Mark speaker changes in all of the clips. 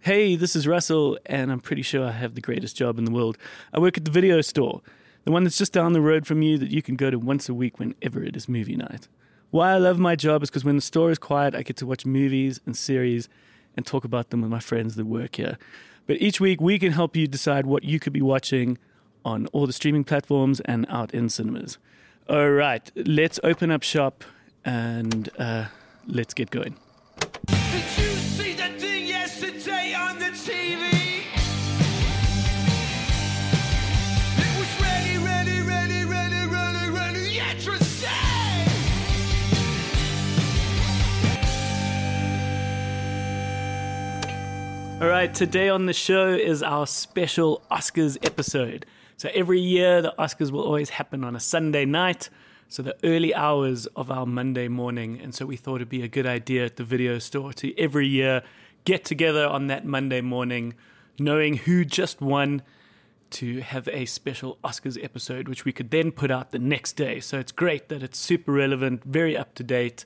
Speaker 1: Hey, this is Russell, and I'm pretty sure I have the greatest job in the world. I work at the video store, the one that's just down the road from you that you can go to once a week whenever it is movie night. Why I love my job is because when the store is quiet, I get to watch movies and series and talk about them with my friends that work here. But each week, we can help you decide what you could be watching on all the streaming platforms and out in cinemas. All right, let's open up shop and uh, let's get going.
Speaker 2: Did you see that thing yesterday on the TV? It was ready, ready, ready, ready, ready, ready, yesterday!
Speaker 1: All right, today on the show is our special Oscars episode. So every year, the Oscars will always happen on a Sunday night, so the early hours of our Monday morning. And so we thought it'd be a good idea at the video store to every year get together on that Monday morning, knowing who just won, to have a special Oscars episode, which we could then put out the next day. So it's great that it's super relevant, very up to date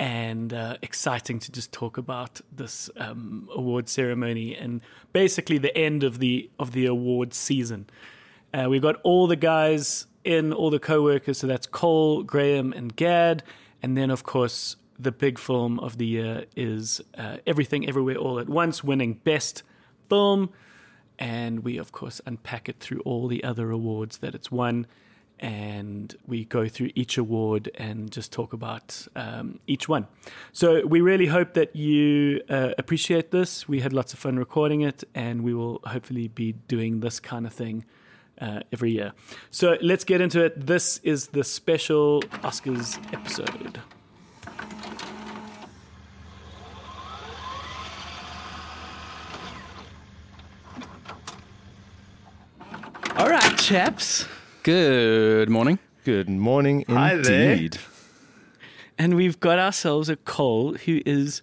Speaker 1: and uh, exciting to just talk about this um, award ceremony and basically the end of the of the award season. Uh, we've got all the guys in, all the co-workers. So that's Cole, Graham, and Gad, and then of course the big film of the year is uh, Everything Everywhere All at Once, winning Best Film and we of course unpack it through all the other awards that it's won and we go through each award and just talk about um, each one so we really hope that you uh, appreciate this we had lots of fun recording it and we will hopefully be doing this kind of thing uh, every year so let's get into it this is the special oscars episode all right chaps
Speaker 3: Good morning.
Speaker 4: Good morning, indeed.
Speaker 5: Hi there.
Speaker 1: And we've got ourselves a Cole who is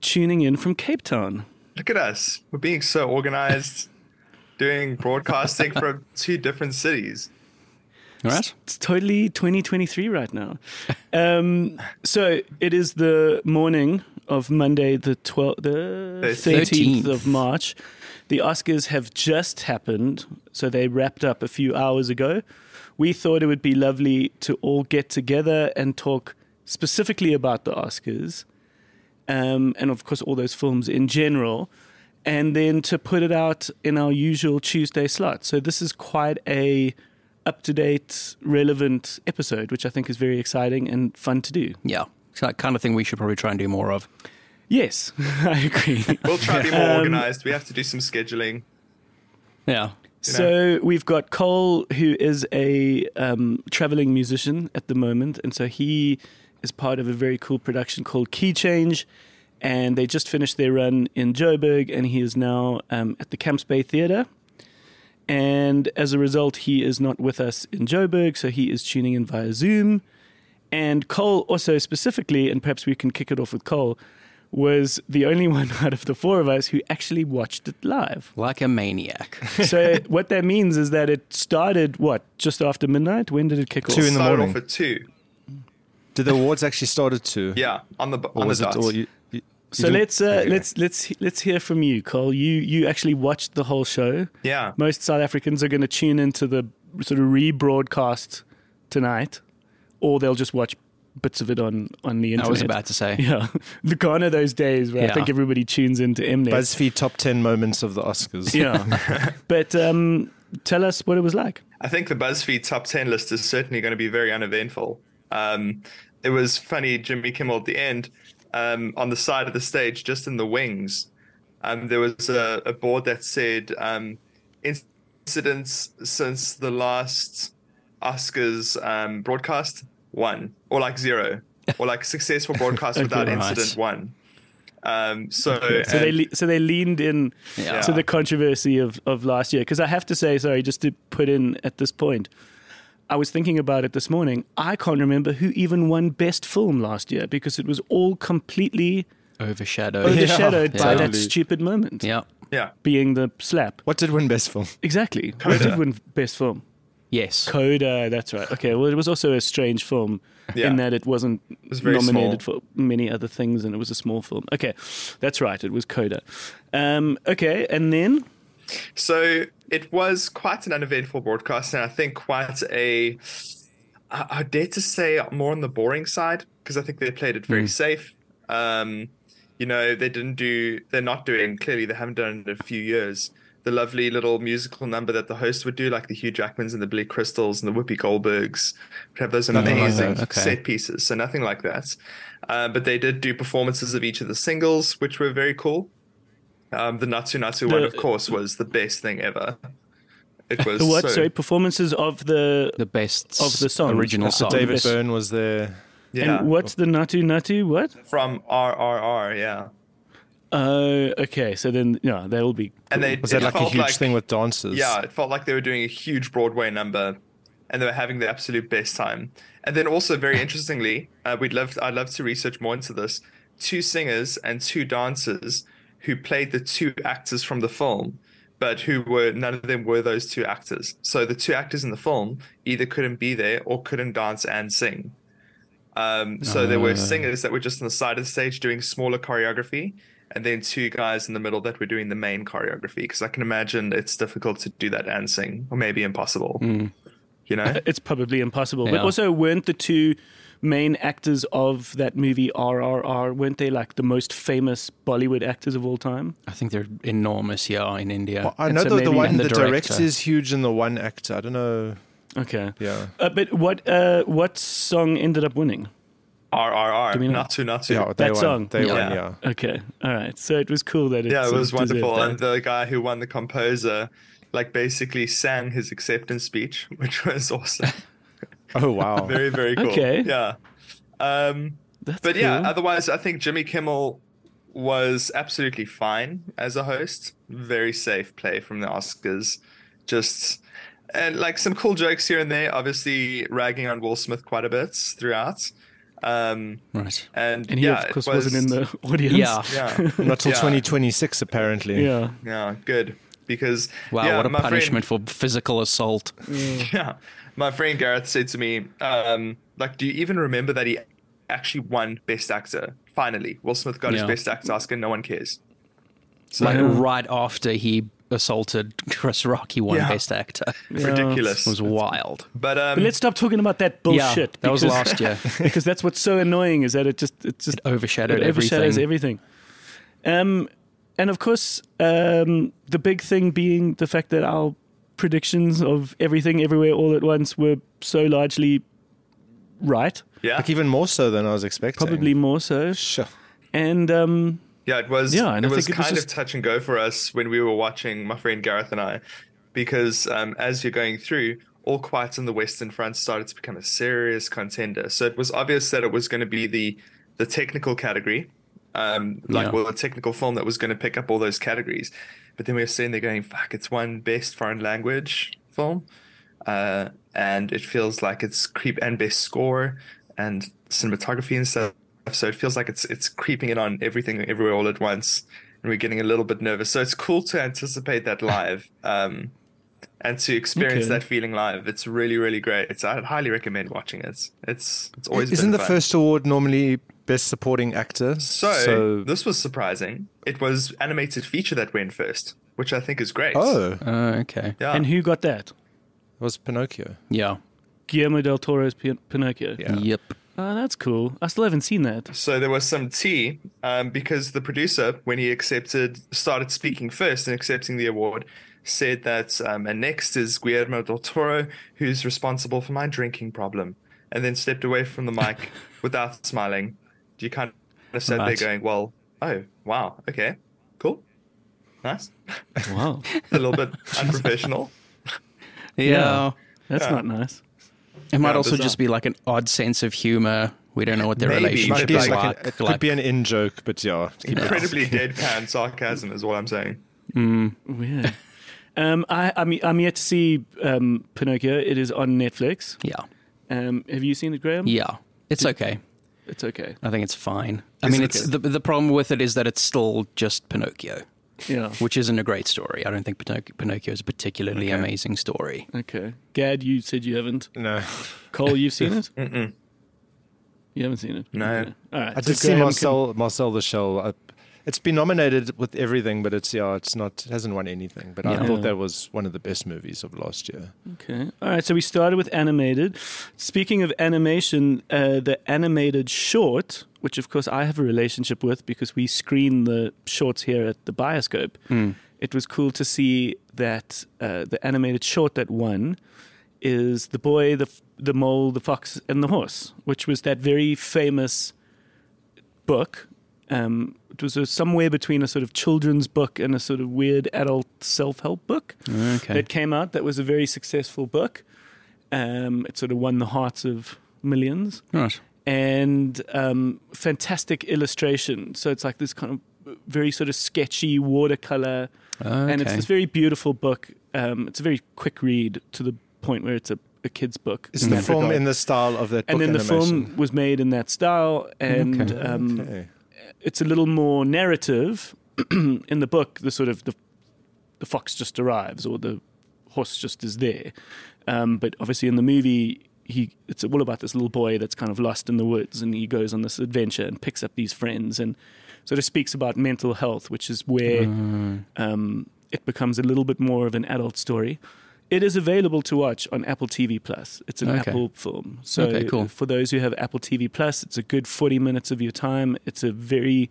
Speaker 1: tuning in from Cape Town.
Speaker 5: Look at us. We're being so organized, doing broadcasting from two different cities.
Speaker 3: All right.
Speaker 1: It's totally 2023 right now. Um, so it is the morning of Monday, the 12th, the 13th,
Speaker 3: 13th.
Speaker 1: of March. The Oscars have just happened, so they wrapped up a few hours ago. We thought it would be lovely to all get together and talk specifically about the Oscars um, and, of course, all those films in general, and then to put it out in our usual Tuesday slot. So this is quite a up to date, relevant episode, which I think is very exciting and fun to do.
Speaker 3: Yeah. It's that kind of thing we should probably try and do more of.
Speaker 1: Yes, I agree.
Speaker 5: We'll try to be
Speaker 4: um,
Speaker 5: more organized. We have to do some scheduling.
Speaker 3: Yeah.
Speaker 1: so we've got Cole, who is a um, traveling musician at the moment, and so he is part of a very cool production called Key Change. And they just finished their run in Joburg, and he is now um, at the Camps Bay Theatre. And as a result, he is not with us in Joburg, so he is tuning in via Zoom. And Cole also specifically, and perhaps we can kick it off with Cole, was the only one out of the four of us who actually watched it live.
Speaker 3: Like a maniac.
Speaker 1: So what that means is that it started what just after midnight. When did it kick off?
Speaker 4: Two in the
Speaker 5: Started
Speaker 4: morning.
Speaker 5: off at two.
Speaker 4: Did the awards actually start at two?
Speaker 5: Yeah, on the
Speaker 4: Or
Speaker 5: on the
Speaker 4: was
Speaker 5: dot.
Speaker 4: it? Or you, you- you
Speaker 1: So
Speaker 4: didn't-
Speaker 1: let's uh,
Speaker 4: Okay.
Speaker 1: let's let's let's hear from you, Cole. You you actually watched the whole show.
Speaker 5: yeah,
Speaker 1: Most South Africans are going to tune into the sort of rebroadcast tonight, or they'll just watch bits of it on on the internet.
Speaker 3: I was about to say.
Speaker 1: Yeah, the kind of those days where I
Speaker 3: Yeah.
Speaker 1: think everybody tunes into Mnet.
Speaker 4: BuzzFeed top ten moments of the Oscars.
Speaker 1: yeah, but um, tell us what it was like.
Speaker 5: I think the BuzzFeed top 10 list is certainly going to be very uneventful. Um, it was funny, Jimmy Kimmel at the end, um, on the side of the stage, just in the wings, um, there was a, a board that said um, incidents since the last Oscars um, broadcast, one, or like zero, or like successful broadcast without
Speaker 3: right.
Speaker 5: incident, one. Um, so,
Speaker 1: So they
Speaker 5: and-
Speaker 1: le- so they leaned in
Speaker 3: Yeah.
Speaker 1: to the controversy of, of last year because I have to say sorry just to put in at this point. I was thinking about it this morning. I can't remember who even won best film last year because it was all completely
Speaker 3: Overshadowed. Yeah.
Speaker 1: overshadowed by that
Speaker 4: Totally.
Speaker 1: stupid moment
Speaker 5: yeah.
Speaker 1: being the slap.
Speaker 4: What did win best film?
Speaker 1: Exactly. What did win best film?
Speaker 3: Yes.
Speaker 1: Coda, that's right. Okay, well, it was also a strange film
Speaker 5: Yeah.
Speaker 1: in that it wasn't
Speaker 5: very
Speaker 1: nominated for many other things, and it was a small film. Okay, that's right. It was Coda. Um, okay, and then
Speaker 5: So it was quite an uneventful broadcast, and I think quite a, I I dare to say, more on the boring side because I think they played it very
Speaker 3: Mm.
Speaker 5: safe. Um, you know, they didn't do, they're not doing, clearly, they haven't done it in a few years. The lovely little musical number that the host would do, like the Hugh Jackmans and the Billy Crystals and the Whoopi Goldbergs, would have those
Speaker 4: like
Speaker 5: amazing
Speaker 3: that, okay.
Speaker 5: set pieces. So nothing like that. Uh, but they did do performances of each of the singles, which were very cool. Um, the Natsu Natsu one,
Speaker 1: The-
Speaker 5: of course, was the best thing ever. It was
Speaker 1: the what?
Speaker 5: so-
Speaker 1: Sorry, performances of the.
Speaker 3: The best
Speaker 1: Of the songs.
Speaker 3: original
Speaker 1: That's the
Speaker 3: song.
Speaker 1: David-
Speaker 4: David Byrne was there.
Speaker 5: yeah,
Speaker 1: And what's the Natu Natu? What?
Speaker 5: from RRR, yeah.
Speaker 1: Oh, okay. So then, yeah, that'll be.
Speaker 5: And they
Speaker 4: Was that
Speaker 5: it
Speaker 4: like a
Speaker 5: felt
Speaker 4: huge thing with dancers?
Speaker 5: Yeah, it felt like they were doing a huge Broadway number, and they were having the absolute best time. And then also very interestingly, uh, we'd love I'd love to research more into this. Two singers and two dancers who played the two actors from the film, but who were none of them were those two actors. So the two actors in the film either couldn't be there or couldn't dance and sing. Um, so there
Speaker 1: Ah.
Speaker 5: were singers that were just on the side of the stage doing smaller choreography, and then two guys in the middle that were doing the main choreography. Because I can imagine it's difficult to do that and sing, or maybe impossible.
Speaker 1: Hmm.
Speaker 5: You know,
Speaker 1: It's probably impossible. But
Speaker 3: Yeah.
Speaker 1: also, weren't the two main actors of that movie RRR, weren't they like the most famous Bollywood actors of all time?
Speaker 3: I think they're enormous, yeah, in India.
Speaker 4: I
Speaker 1: And
Speaker 4: know
Speaker 1: so
Speaker 4: the, the
Speaker 1: maybe-
Speaker 4: one,
Speaker 3: and
Speaker 4: the,
Speaker 3: the
Speaker 4: director.
Speaker 3: director.
Speaker 4: is huge and the one actor. I don't know.
Speaker 1: Okay.
Speaker 4: Yeah.
Speaker 1: Uh, but what uh, what song ended up winning?
Speaker 5: RRR,
Speaker 1: mean-
Speaker 5: Natsu Natsu.
Speaker 4: Yeah,
Speaker 5: Yeah,
Speaker 4: they
Speaker 1: That
Speaker 4: won.
Speaker 1: song.
Speaker 4: They
Speaker 5: Yeah.
Speaker 4: won, yeah.
Speaker 1: Okay, all right. So it was cool that it.
Speaker 5: it
Speaker 1: sort of
Speaker 5: was wonderful. And uh,
Speaker 1: deserved that.
Speaker 5: the guy who won the composer, like, basically sang his acceptance speech, which was awesome.
Speaker 4: Oh, wow.
Speaker 5: very very cool.
Speaker 1: Okay.
Speaker 5: Yeah. Um,
Speaker 1: That's
Speaker 5: but yeah,
Speaker 1: cool.
Speaker 5: otherwise, I think Jimmy Kimmel was absolutely fine as a host. Very safe play from the Oscars. Just and like some cool jokes here and there. Obviously, ragging on Will Smith quite a bit throughout. Um,
Speaker 3: right.
Speaker 5: and,
Speaker 1: and he
Speaker 5: yeah,
Speaker 1: of
Speaker 5: it
Speaker 1: course
Speaker 5: was,
Speaker 1: was, not in the audience.
Speaker 3: Yeah.
Speaker 5: Yeah,
Speaker 4: Not till
Speaker 5: Yeah.
Speaker 4: 2026, apparently.
Speaker 1: yeah.
Speaker 5: yeah, good because
Speaker 3: Wow,
Speaker 5: yeah,
Speaker 3: what a
Speaker 5: my friend-
Speaker 3: punishment for physical assault.
Speaker 5: Yeah. My friend Gareth said to me, um, like, do you even remember that he actually won Best Actor? Finally, Will Smith got
Speaker 3: Yeah.
Speaker 5: his Best Actor Oscar. No one cares.
Speaker 3: Like
Speaker 1: Yeah.
Speaker 3: right after he assaulted Chris Rock, he won
Speaker 5: Yeah.
Speaker 3: Best Actor. It
Speaker 5: Ridiculous.
Speaker 3: was wild.
Speaker 5: but um,
Speaker 1: But let's stop talking about that bullshit.
Speaker 3: yeah, that was
Speaker 1: because-
Speaker 3: last year.
Speaker 1: because that's what's so annoying is that it just it just
Speaker 3: overshadowed
Speaker 1: it overshadows
Speaker 3: everything.
Speaker 1: everything. Um, and of course, um, the big thing being the fact that our predictions of everything, everywhere, all at once were so largely right,
Speaker 5: yeah,
Speaker 4: Like, even more so than I was expecting.
Speaker 1: probably more so.
Speaker 4: Sure.
Speaker 1: And um,
Speaker 5: yeah, it was.
Speaker 1: Yeah, and
Speaker 5: it
Speaker 1: I
Speaker 5: was
Speaker 1: think it was
Speaker 5: kind
Speaker 1: just-
Speaker 5: of touch and go for us when we were watching my friend Gareth and I, because um, as you're going through, all quiet on the Western Front started to become a serious contender. So it was obvious that it was going to be the the technical category, um, like
Speaker 3: Yeah.
Speaker 5: well, a technical film that was going to pick up all those categories. But then we were sitting there going, "Fuck, it's one best foreign language film." uh, and it feels like it's creep and best score and cinematography and stuff. So it feels like it's it's creeping in on everything everywhere all at once, and we're getting a little bit nervous. So it's cool to anticipate that live, um, and to experience
Speaker 1: Okay.
Speaker 5: that feeling live. It's really really great. It's I'd highly recommend watching it. It's it's always
Speaker 4: Isn't
Speaker 5: been
Speaker 4: the
Speaker 5: fun.
Speaker 4: first award normally best supporting actor?
Speaker 5: So, this was surprising. It was animated feature that went first, which I think is great.
Speaker 4: oh, it
Speaker 3: Oh, okay.
Speaker 5: yeah.
Speaker 1: and who got that?
Speaker 4: was Pinocchio.
Speaker 3: Yeah.
Speaker 1: Guillermo del Toro's Pin- Pinocchio.
Speaker 4: Yeah.
Speaker 3: Yep.
Speaker 1: Oh, that's cool. I still haven't seen that.
Speaker 5: So there was some tea um, because the producer, when he accepted, started speaking first and accepting the award, said that, um, and next is Guillermo del Toro, who's responsible for my drinking problem, and then stepped away from the mic without smiling. You kind of sat
Speaker 3: Right.
Speaker 5: there going, well, oh, wow, okay, cool, nice.
Speaker 1: Wow,
Speaker 5: a little bit unprofessional.
Speaker 3: Yeah.
Speaker 1: that's not nice.
Speaker 3: It might
Speaker 5: Yeah,
Speaker 3: also
Speaker 5: bizarre.
Speaker 3: just be like an odd sense of humor. We don't know what their
Speaker 5: Maybe.
Speaker 4: Might
Speaker 3: relationship
Speaker 4: be
Speaker 3: is
Speaker 4: like
Speaker 3: like.
Speaker 4: an- it could
Speaker 3: like-
Speaker 4: be an in joke, but yeah. keep it-
Speaker 5: Incredibly deadpan sarcasm is what I'm saying.
Speaker 1: Weird. um, I, I'm, I'm yet to see um, Pinocchio. It is on Netflix.
Speaker 3: yeah.
Speaker 1: Um, have you seen it, Graham?
Speaker 3: Yeah. It's okay.
Speaker 1: It's okay.
Speaker 3: I think it's fine. I mean,
Speaker 5: it
Speaker 3: it's
Speaker 5: good?
Speaker 3: the the problem with it is that it's still just Pinocchio.
Speaker 1: Yeah.
Speaker 3: which isn't a great story. I don't think Pinoc- Pinocchio is a particularly amazing story.
Speaker 1: Okay. Gad, you said you haven't.
Speaker 4: No.
Speaker 1: Cole, you've seen it? Mm-mm. You haven't seen it?
Speaker 5: No.
Speaker 1: Okay. All right.
Speaker 4: I
Speaker 1: so
Speaker 4: did see
Speaker 1: Graham can-
Speaker 4: Marcel, Marcel the Shell. I, it's been nominated with everything, but it's yeah, it's not it hasn't won anything. But I
Speaker 1: Yeah.
Speaker 4: thought that was one of the best movies of last year.
Speaker 1: Okay. All right. So we started with animated. Speaking of animation, uh, the animated short, which of course I have a relationship with because we screen the shorts here at the Bioscope. It was cool to see that uh, the animated short that won is the boy, the f- the mole, the fox, and the horse, which was that very famous book. Um, it was a, somewhere between a sort of children's book and a sort of weird adult self help book
Speaker 3: Okay.
Speaker 1: that came out that was a very successful book. Um, it sort of won the hearts of millions
Speaker 3: Right.
Speaker 1: and um, fantastic illustration. So it's like this kind of very sort of sketchy watercolor, and it's
Speaker 3: Okay.
Speaker 1: this very beautiful book. Um, it's a very quick read to the point where it's a, a kid's book.
Speaker 4: Is
Speaker 1: in
Speaker 4: the
Speaker 1: that
Speaker 4: film
Speaker 1: regard.
Speaker 4: in the style of that?
Speaker 1: and
Speaker 4: book
Speaker 1: then the
Speaker 4: animation?
Speaker 1: film was made in that style, and
Speaker 3: Okay.
Speaker 1: um,
Speaker 4: Okay.
Speaker 1: it's a little more narrative in the book. The sort of the the fox just arrives or the horse just is there, um, but obviously in the movie he it's all about this little boy that's kind of lost in the woods and he goes on this adventure and picks up these friends and sort of speaks about mental health, which is where
Speaker 3: Mm.
Speaker 1: um, it becomes a little bit more of an adult story. It is available to watch on Apple TV Plus. It's an
Speaker 3: Okay.
Speaker 1: Apple film, so
Speaker 3: Okay, cool.
Speaker 1: for those who have Apple TV Plus, it's a good forty minutes of your time. It's a very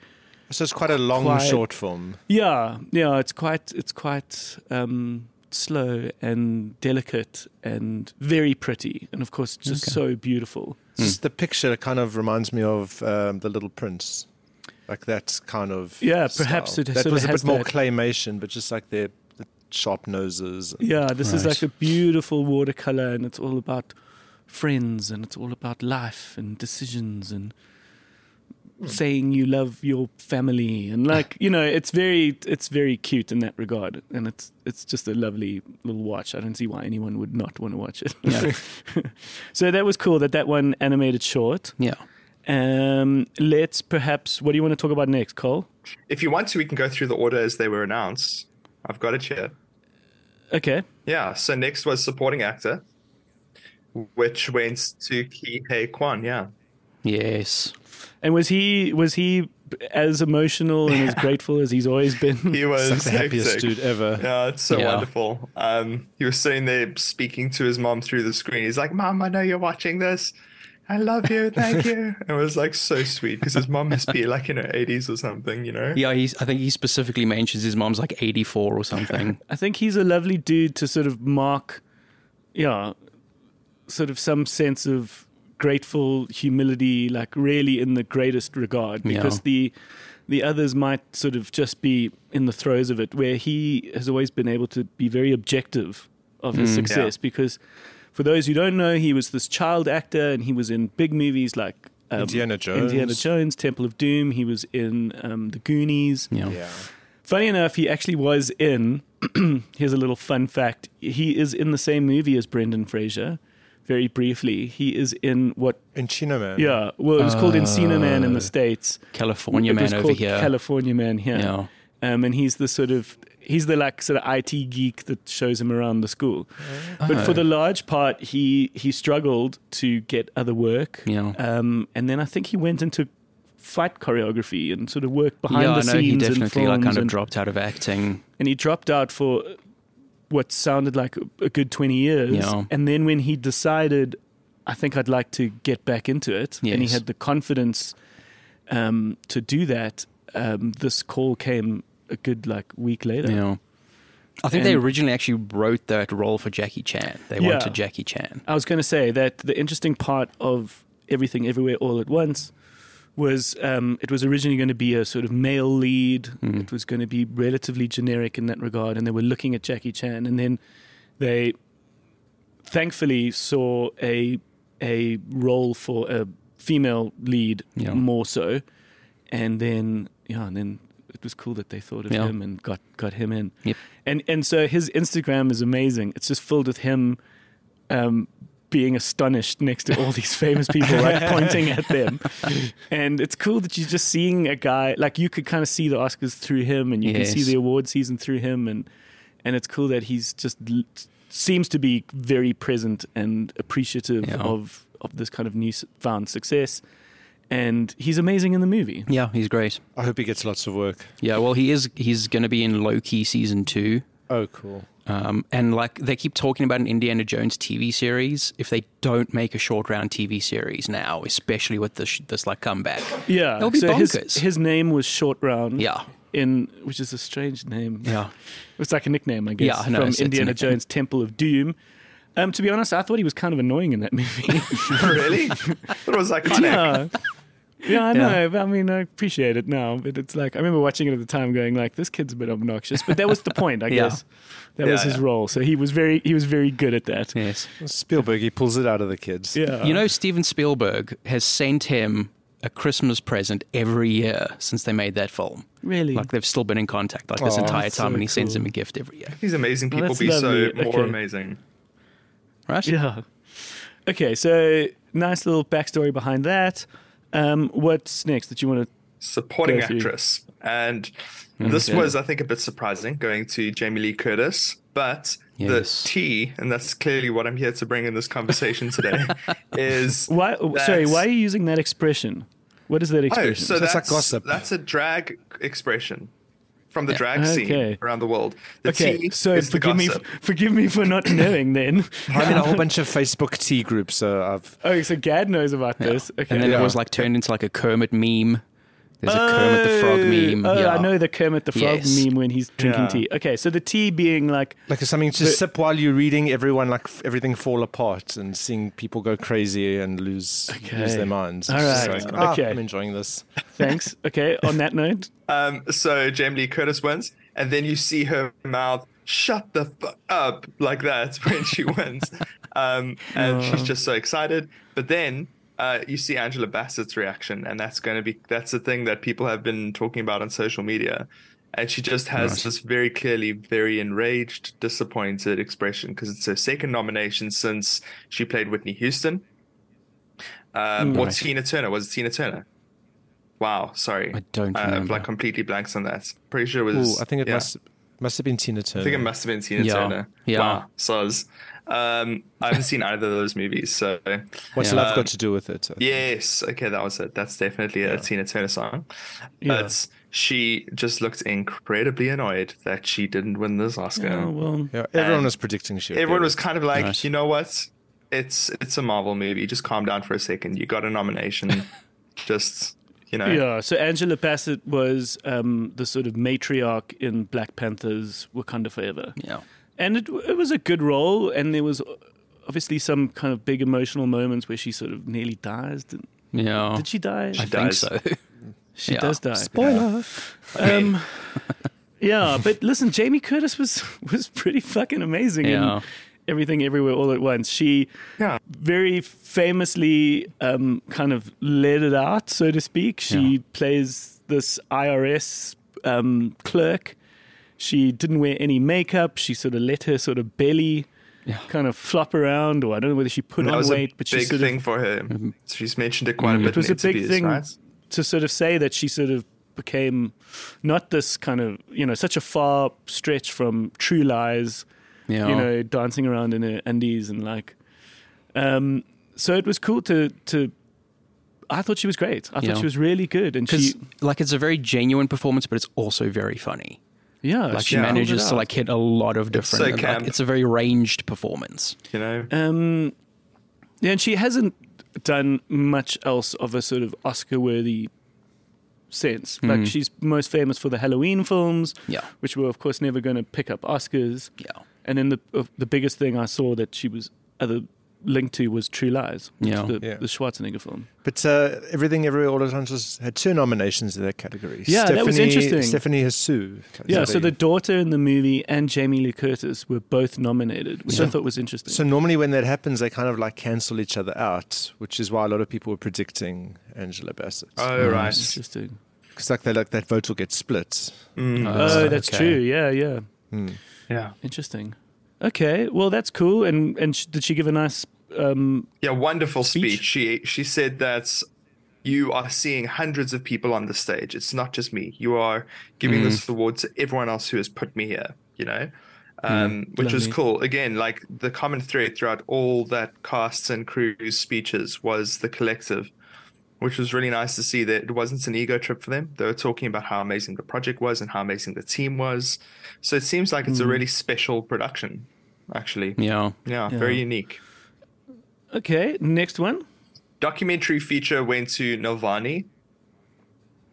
Speaker 4: So it's quite a long
Speaker 1: Quite-
Speaker 4: short film.
Speaker 1: yeah, yeah. It's quite, it's quite um, slow and delicate and very pretty, and of course, just so beautiful.
Speaker 4: It's Just the picture kind of reminds me of um, the Little Prince, like that kind of
Speaker 1: Yeah, perhaps
Speaker 4: style.
Speaker 1: it
Speaker 4: that
Speaker 1: sort of
Speaker 4: was a
Speaker 1: has
Speaker 4: bit more
Speaker 1: that-
Speaker 4: claymation, but just like their the sharp noses.
Speaker 1: Yeah, this is
Speaker 3: Right.
Speaker 1: like a beautiful watercolor, and it's all about friends, and it's all about life and decisions, and saying you love your family, and like you know, it's very, it's very cute in that regard, and it's it's just a lovely little watch. I don't see why anyone would not want to watch it.
Speaker 3: Yeah.
Speaker 1: so that was cool that that one animated short.
Speaker 3: yeah.
Speaker 1: Um, let's perhaps. What do you want to talk about next, Cole?
Speaker 5: If you want to, we can go through the order as they were announced. I've got it here.
Speaker 1: Okay.
Speaker 5: Yeah. So next was supporting actor, which went to Kihei Kwan. Yeah.
Speaker 3: Yes.
Speaker 1: And was he was he as emotional and as grateful as he's always been?
Speaker 5: He was
Speaker 4: It's like the happiest
Speaker 5: hectic.
Speaker 4: dude ever.
Speaker 5: Yeah, it's so
Speaker 3: Yeah.
Speaker 5: wonderful. Um, he was sitting there speaking to his mom through the screen. He's like, "Mom, I know you're watching this. I love you. Thank you." It was like so sweet because his mom must be like in her 80s or something, you know.
Speaker 3: Yeah, he's, I think he specifically mentions his mom's like 84 or something.
Speaker 1: I think he's a lovely dude to sort of mark, yeah, sort of some sense of grateful humility, like really in the greatest regard,
Speaker 3: Yeah.
Speaker 1: because the the others might sort of just be in the throes of it, where he has always been able to be very objective of
Speaker 3: Mm.
Speaker 1: his success. Because for those who don't know, he was this child actor, and he was in big movies like. Um,
Speaker 4: Indiana Jones.
Speaker 1: Indiana Jones, Temple of Doom. He was in um, The Goonies.
Speaker 3: Yeah.
Speaker 4: Yeah.
Speaker 1: Funny enough, he actually was in. here's a little fun fact: he is in the same movie as Brendan Fraser. Very briefly, he is in what?
Speaker 4: Encino Man.
Speaker 1: Yeah, well, it was called Encino Man in the states.
Speaker 3: California
Speaker 1: it was
Speaker 3: Uh, man over
Speaker 1: called
Speaker 3: here.
Speaker 1: California Man here.
Speaker 3: Yeah.
Speaker 1: Um, and he's the sort of he's the like sort of IT geek that shows him around the school.
Speaker 3: Oh.
Speaker 1: But for the large part, he he struggled to get other work.
Speaker 3: Yeah.
Speaker 1: Um, and then I think he went into fight choreography and sort of worked behind
Speaker 3: yeah,
Speaker 1: the
Speaker 3: I know
Speaker 1: scenes
Speaker 3: he
Speaker 1: and
Speaker 3: definitely
Speaker 1: films
Speaker 3: like kind of
Speaker 1: and,
Speaker 3: dropped out of acting.
Speaker 1: and he dropped out for what sounded like a good 20 years
Speaker 3: Yeah.
Speaker 1: and then when he decided i think i'd like to get back into it and he
Speaker 3: Yes.
Speaker 1: had the confidence um, to do that um, this call came a good like week later
Speaker 3: Yeah. I think they
Speaker 1: And-
Speaker 3: originally actually wrote that role for Jackie Chan. They
Speaker 1: Yeah.
Speaker 3: wanted Jackie Chan.
Speaker 1: I was going to say that the interesting part of everything, everywhere, all at once was um, it was originally going to be a sort of male lead.
Speaker 3: Mm.
Speaker 1: It was going to be relatively generic in that regard, and they were looking at Jackie Chan, and then they thankfully saw a a role for a female lead
Speaker 3: Yeah.
Speaker 1: more so, and then yeah, and then it was cool that they thought of
Speaker 3: Yeah.
Speaker 1: him and got got him in.
Speaker 3: Yep.
Speaker 1: And and so his Instagram is amazing. It's just filled with him um, being astonished next to all these famous people, like pointing at them. And it's cool that you're just seeing a guy like you could kind of see the Oscars through him, and you
Speaker 3: Yes.
Speaker 1: can see the award season through him, and and it's cool that he's just l- seems to be very present and appreciative
Speaker 3: Yeah.
Speaker 1: of of this kind of new s- found success. And he's amazing in the movie.
Speaker 3: Yeah, he's great.
Speaker 4: I hope he gets lots of work.
Speaker 3: Yeah, well, he is. He's going to be in Loki season two.
Speaker 4: Oh, cool.
Speaker 3: Um, and like they keep talking about an Indiana Jones TV series. If they don't make a short round TV series now, especially with this this like comeback,
Speaker 1: Yeah,
Speaker 3: It'll be
Speaker 1: so his,
Speaker 3: bonkers.
Speaker 1: his name was Short Round.
Speaker 3: yeah,
Speaker 1: in which is a strange name.
Speaker 3: yeah,
Speaker 1: It's like a nickname, I guess,
Speaker 3: Yeah, no,
Speaker 1: from
Speaker 3: it's- it's a
Speaker 1: Indiana
Speaker 3: nickname.
Speaker 1: Jones Temple of Doom. Um, to be honest, I thought he was kind of annoying in that movie.
Speaker 5: really? it was iconic.
Speaker 1: yeah. Yeah, I know. But I mean, I appreciate it now, but it's like I remember watching it at the time, going like, "This kid's a bit obnoxious," but that was the point, I
Speaker 3: Yeah.
Speaker 1: guess. That was
Speaker 5: Yeah,
Speaker 1: his
Speaker 5: yeah.
Speaker 1: role, so he was very he was very good at that.
Speaker 3: yes.
Speaker 4: Spielberg, he pulls it out of the kids.
Speaker 1: Yeah,
Speaker 3: You know, Steven Spielberg has sent him a Christmas present every year since they made that film.
Speaker 1: really.
Speaker 3: Like they've still been in contact like this
Speaker 4: Aw,
Speaker 3: entire time,
Speaker 1: that's so
Speaker 3: and he sends
Speaker 1: cool.
Speaker 3: him a gift every year.
Speaker 5: These amazing people
Speaker 1: that's
Speaker 5: be so
Speaker 1: lovely.
Speaker 5: more
Speaker 1: Okay.
Speaker 5: amazing.
Speaker 3: Right?
Speaker 1: Yeah. Okay, so nice little backstory behind that. Um, what's next that you want to?
Speaker 5: Supporting
Speaker 1: Go through.
Speaker 5: actress. And
Speaker 1: Mm-hmm.
Speaker 5: this was, I think, a bit surprising going to Jamie Lee Curtis, but
Speaker 3: Yes.
Speaker 5: the T, and that's clearly what I'm here to bring in this conversation today, is
Speaker 1: Why? oh, Sorry,
Speaker 5: that-
Speaker 1: why are you using that expression? What is that
Speaker 5: Oh,
Speaker 1: expression?
Speaker 5: so
Speaker 4: That's
Speaker 5: that's
Speaker 4: like gossip.
Speaker 5: That's a drag expression from the drag
Speaker 1: Okay.
Speaker 5: scene around the world. The
Speaker 1: Okay,
Speaker 5: T
Speaker 1: so
Speaker 5: is the
Speaker 1: forgive me,
Speaker 5: gossip.
Speaker 1: forgive me for not knowing then.
Speaker 4: I'm in a whole bunch of Facebook tea groups, so I've
Speaker 1: Oh, so Gad knows about this. Okay,
Speaker 3: And then
Speaker 4: Yeah.
Speaker 3: it was like turned into like a Kermit meme. There's a Kermit the Frog meme.
Speaker 1: Oh,
Speaker 3: yeah.
Speaker 1: I know the Kermit the Frog
Speaker 3: Yes.
Speaker 1: meme when he's drinking
Speaker 4: Yeah.
Speaker 1: tea. Okay, so the tea being like,
Speaker 4: like something to sip while you're reading everyone like f- everything fall apart and seeing people go crazy and lose lose
Speaker 1: Okay.
Speaker 4: their minds.
Speaker 1: All
Speaker 4: It's just
Speaker 1: right.
Speaker 4: like, ah,
Speaker 1: Okay.
Speaker 4: I'm enjoying this.
Speaker 1: thanks. Okay, on that note,
Speaker 5: Um, so Jamie Lee Curtis wins, and then you see her mouth shut the fuck up like that when she wins, um, and she's just so excited. But then uh, you see Angela Bassett's reaction, and that's going to be that's the thing that people have been talking about on social media. And she just has this very clearly very enraged, disappointed expression because it's her second nomination since she played Whitney Houston. Um,
Speaker 3: Hmm.
Speaker 5: Or Tina Turner. Was it Tina Turner? Wow, sorry.
Speaker 3: I don't
Speaker 5: I've,
Speaker 3: remember.
Speaker 5: like completely blanks on that. Pretty sure it
Speaker 4: Ooh,
Speaker 5: was.
Speaker 4: I think it
Speaker 5: yeah.
Speaker 4: must must have been Tina Turner.
Speaker 5: I think it must have been Tina
Speaker 3: Yeah,
Speaker 5: Turner.
Speaker 3: yeah.
Speaker 5: Wow, soz. Um, I haven't seen either of those movies, so
Speaker 4: What's
Speaker 3: Yeah.
Speaker 5: um,
Speaker 4: love got to do with it?
Speaker 5: yes, okay, that was it. That's definitely a Tina Turner song. But she just looked incredibly annoyed that she didn't win this Oscar.
Speaker 1: oh, well,
Speaker 4: Yeah, everyone
Speaker 5: And
Speaker 4: was predicting she. would
Speaker 5: Everyone
Speaker 4: get
Speaker 5: was
Speaker 4: it.
Speaker 5: kind of like,
Speaker 3: Right.
Speaker 5: you know what? It's it's a Marvel movie. Just calm down for a second. You got a nomination. just you know,
Speaker 1: yeah. So Angela Bassett was um, the sort of matriarch in Black Panther's Wakanda Forever.
Speaker 3: Yeah.
Speaker 1: and it, it was a good role and there was obviously some kind of big emotional moments where she sort of nearly dies did,
Speaker 3: Yeah.
Speaker 1: did she die
Speaker 3: Oh, I
Speaker 1: she,
Speaker 3: think
Speaker 5: dies.
Speaker 3: so. yeah. Um,
Speaker 1: does die
Speaker 4: spoiler.
Speaker 5: I mean,
Speaker 1: yeah but listen jamie curtis was was pretty fucking amazing
Speaker 3: Yeah.
Speaker 1: in everything everywhere all at once she
Speaker 5: Yeah.
Speaker 1: very famously um, kind of let it out so to speak she
Speaker 3: Yeah.
Speaker 1: plays this irs um, clerk she didn't wear any makeup she sort of let her sort of belly
Speaker 3: Yeah.
Speaker 1: kind of flop around or i don't know whether she put
Speaker 5: that
Speaker 1: on
Speaker 5: was
Speaker 1: weight
Speaker 5: a
Speaker 1: but she
Speaker 5: big
Speaker 1: sort of Mm-hmm.
Speaker 5: thing for her. She's mentioned it quite a bit.
Speaker 1: It was
Speaker 5: in
Speaker 1: a big
Speaker 5: interviews,
Speaker 1: thing.
Speaker 5: Right?
Speaker 1: to sort of say that she sort of became not this kind of you know such a far stretch from true lies
Speaker 3: Yeah.
Speaker 1: you know dancing around in her undies and like um so it was cool to to i thought she was great i thought
Speaker 3: Yeah.
Speaker 1: she was really good and
Speaker 3: because
Speaker 1: she
Speaker 3: like it's a very genuine performance, but it's also very funny.
Speaker 1: yeah
Speaker 3: Like
Speaker 5: Yeah.
Speaker 3: she
Speaker 1: pulled it
Speaker 3: manages to
Speaker 1: out.
Speaker 3: like hit a lot of different.
Speaker 5: so
Speaker 3: and, like,
Speaker 5: camp.
Speaker 3: it's a very ranged performance.
Speaker 5: You know,
Speaker 1: um yeah and she hasn't done much else of a sort of oscar worthy sense
Speaker 3: Hmm.
Speaker 1: like she's most famous for the halloween films
Speaker 3: Yeah.
Speaker 1: which were of course never going to pick up oscars
Speaker 3: Yeah.
Speaker 1: And then the uh, the biggest thing I saw that she was other linked to was True Lies, which
Speaker 3: Yeah.
Speaker 1: is the,
Speaker 4: Yeah.
Speaker 1: the Schwarzenegger film.
Speaker 4: But uh, everything, everywhere, all at once was, had two nominations in that category.
Speaker 1: Yeah, that was interesting.
Speaker 4: Stephanie Hsu.
Speaker 1: Yeah, so the daughter in the movie and Jamie Lee Curtis were both nominated, which I thought was interesting.
Speaker 4: So normally when that happens, they kind of like cancel each other out, which is why a lot of people were predicting Angela Bassett
Speaker 5: oh right,
Speaker 1: interesting.
Speaker 4: because like they like that vote will get split.
Speaker 1: Oh, that's
Speaker 3: okay.
Speaker 1: true. Yeah, yeah.
Speaker 5: yeah.
Speaker 1: Interesting. Okay, well that's cool. And and sh- did she give a nice um,
Speaker 5: Yeah, wonderful speech.
Speaker 1: Speech?
Speaker 5: She she said that you are seeing hundreds of people on the stage. It's not just me. You are giving this award to everyone else who has put me here. You know, um, which was cool. Again, like the common thread throughout all that casts and crews speeches was the collective, which was really nice to see that it wasn't an ego trip for them. They were talking about how amazing the project was and how amazing the team was. So it seems like it's a really special production, actually.
Speaker 3: Yeah.
Speaker 5: yeah. very unique.
Speaker 1: okay, next one.
Speaker 5: documentary feature went to Novani,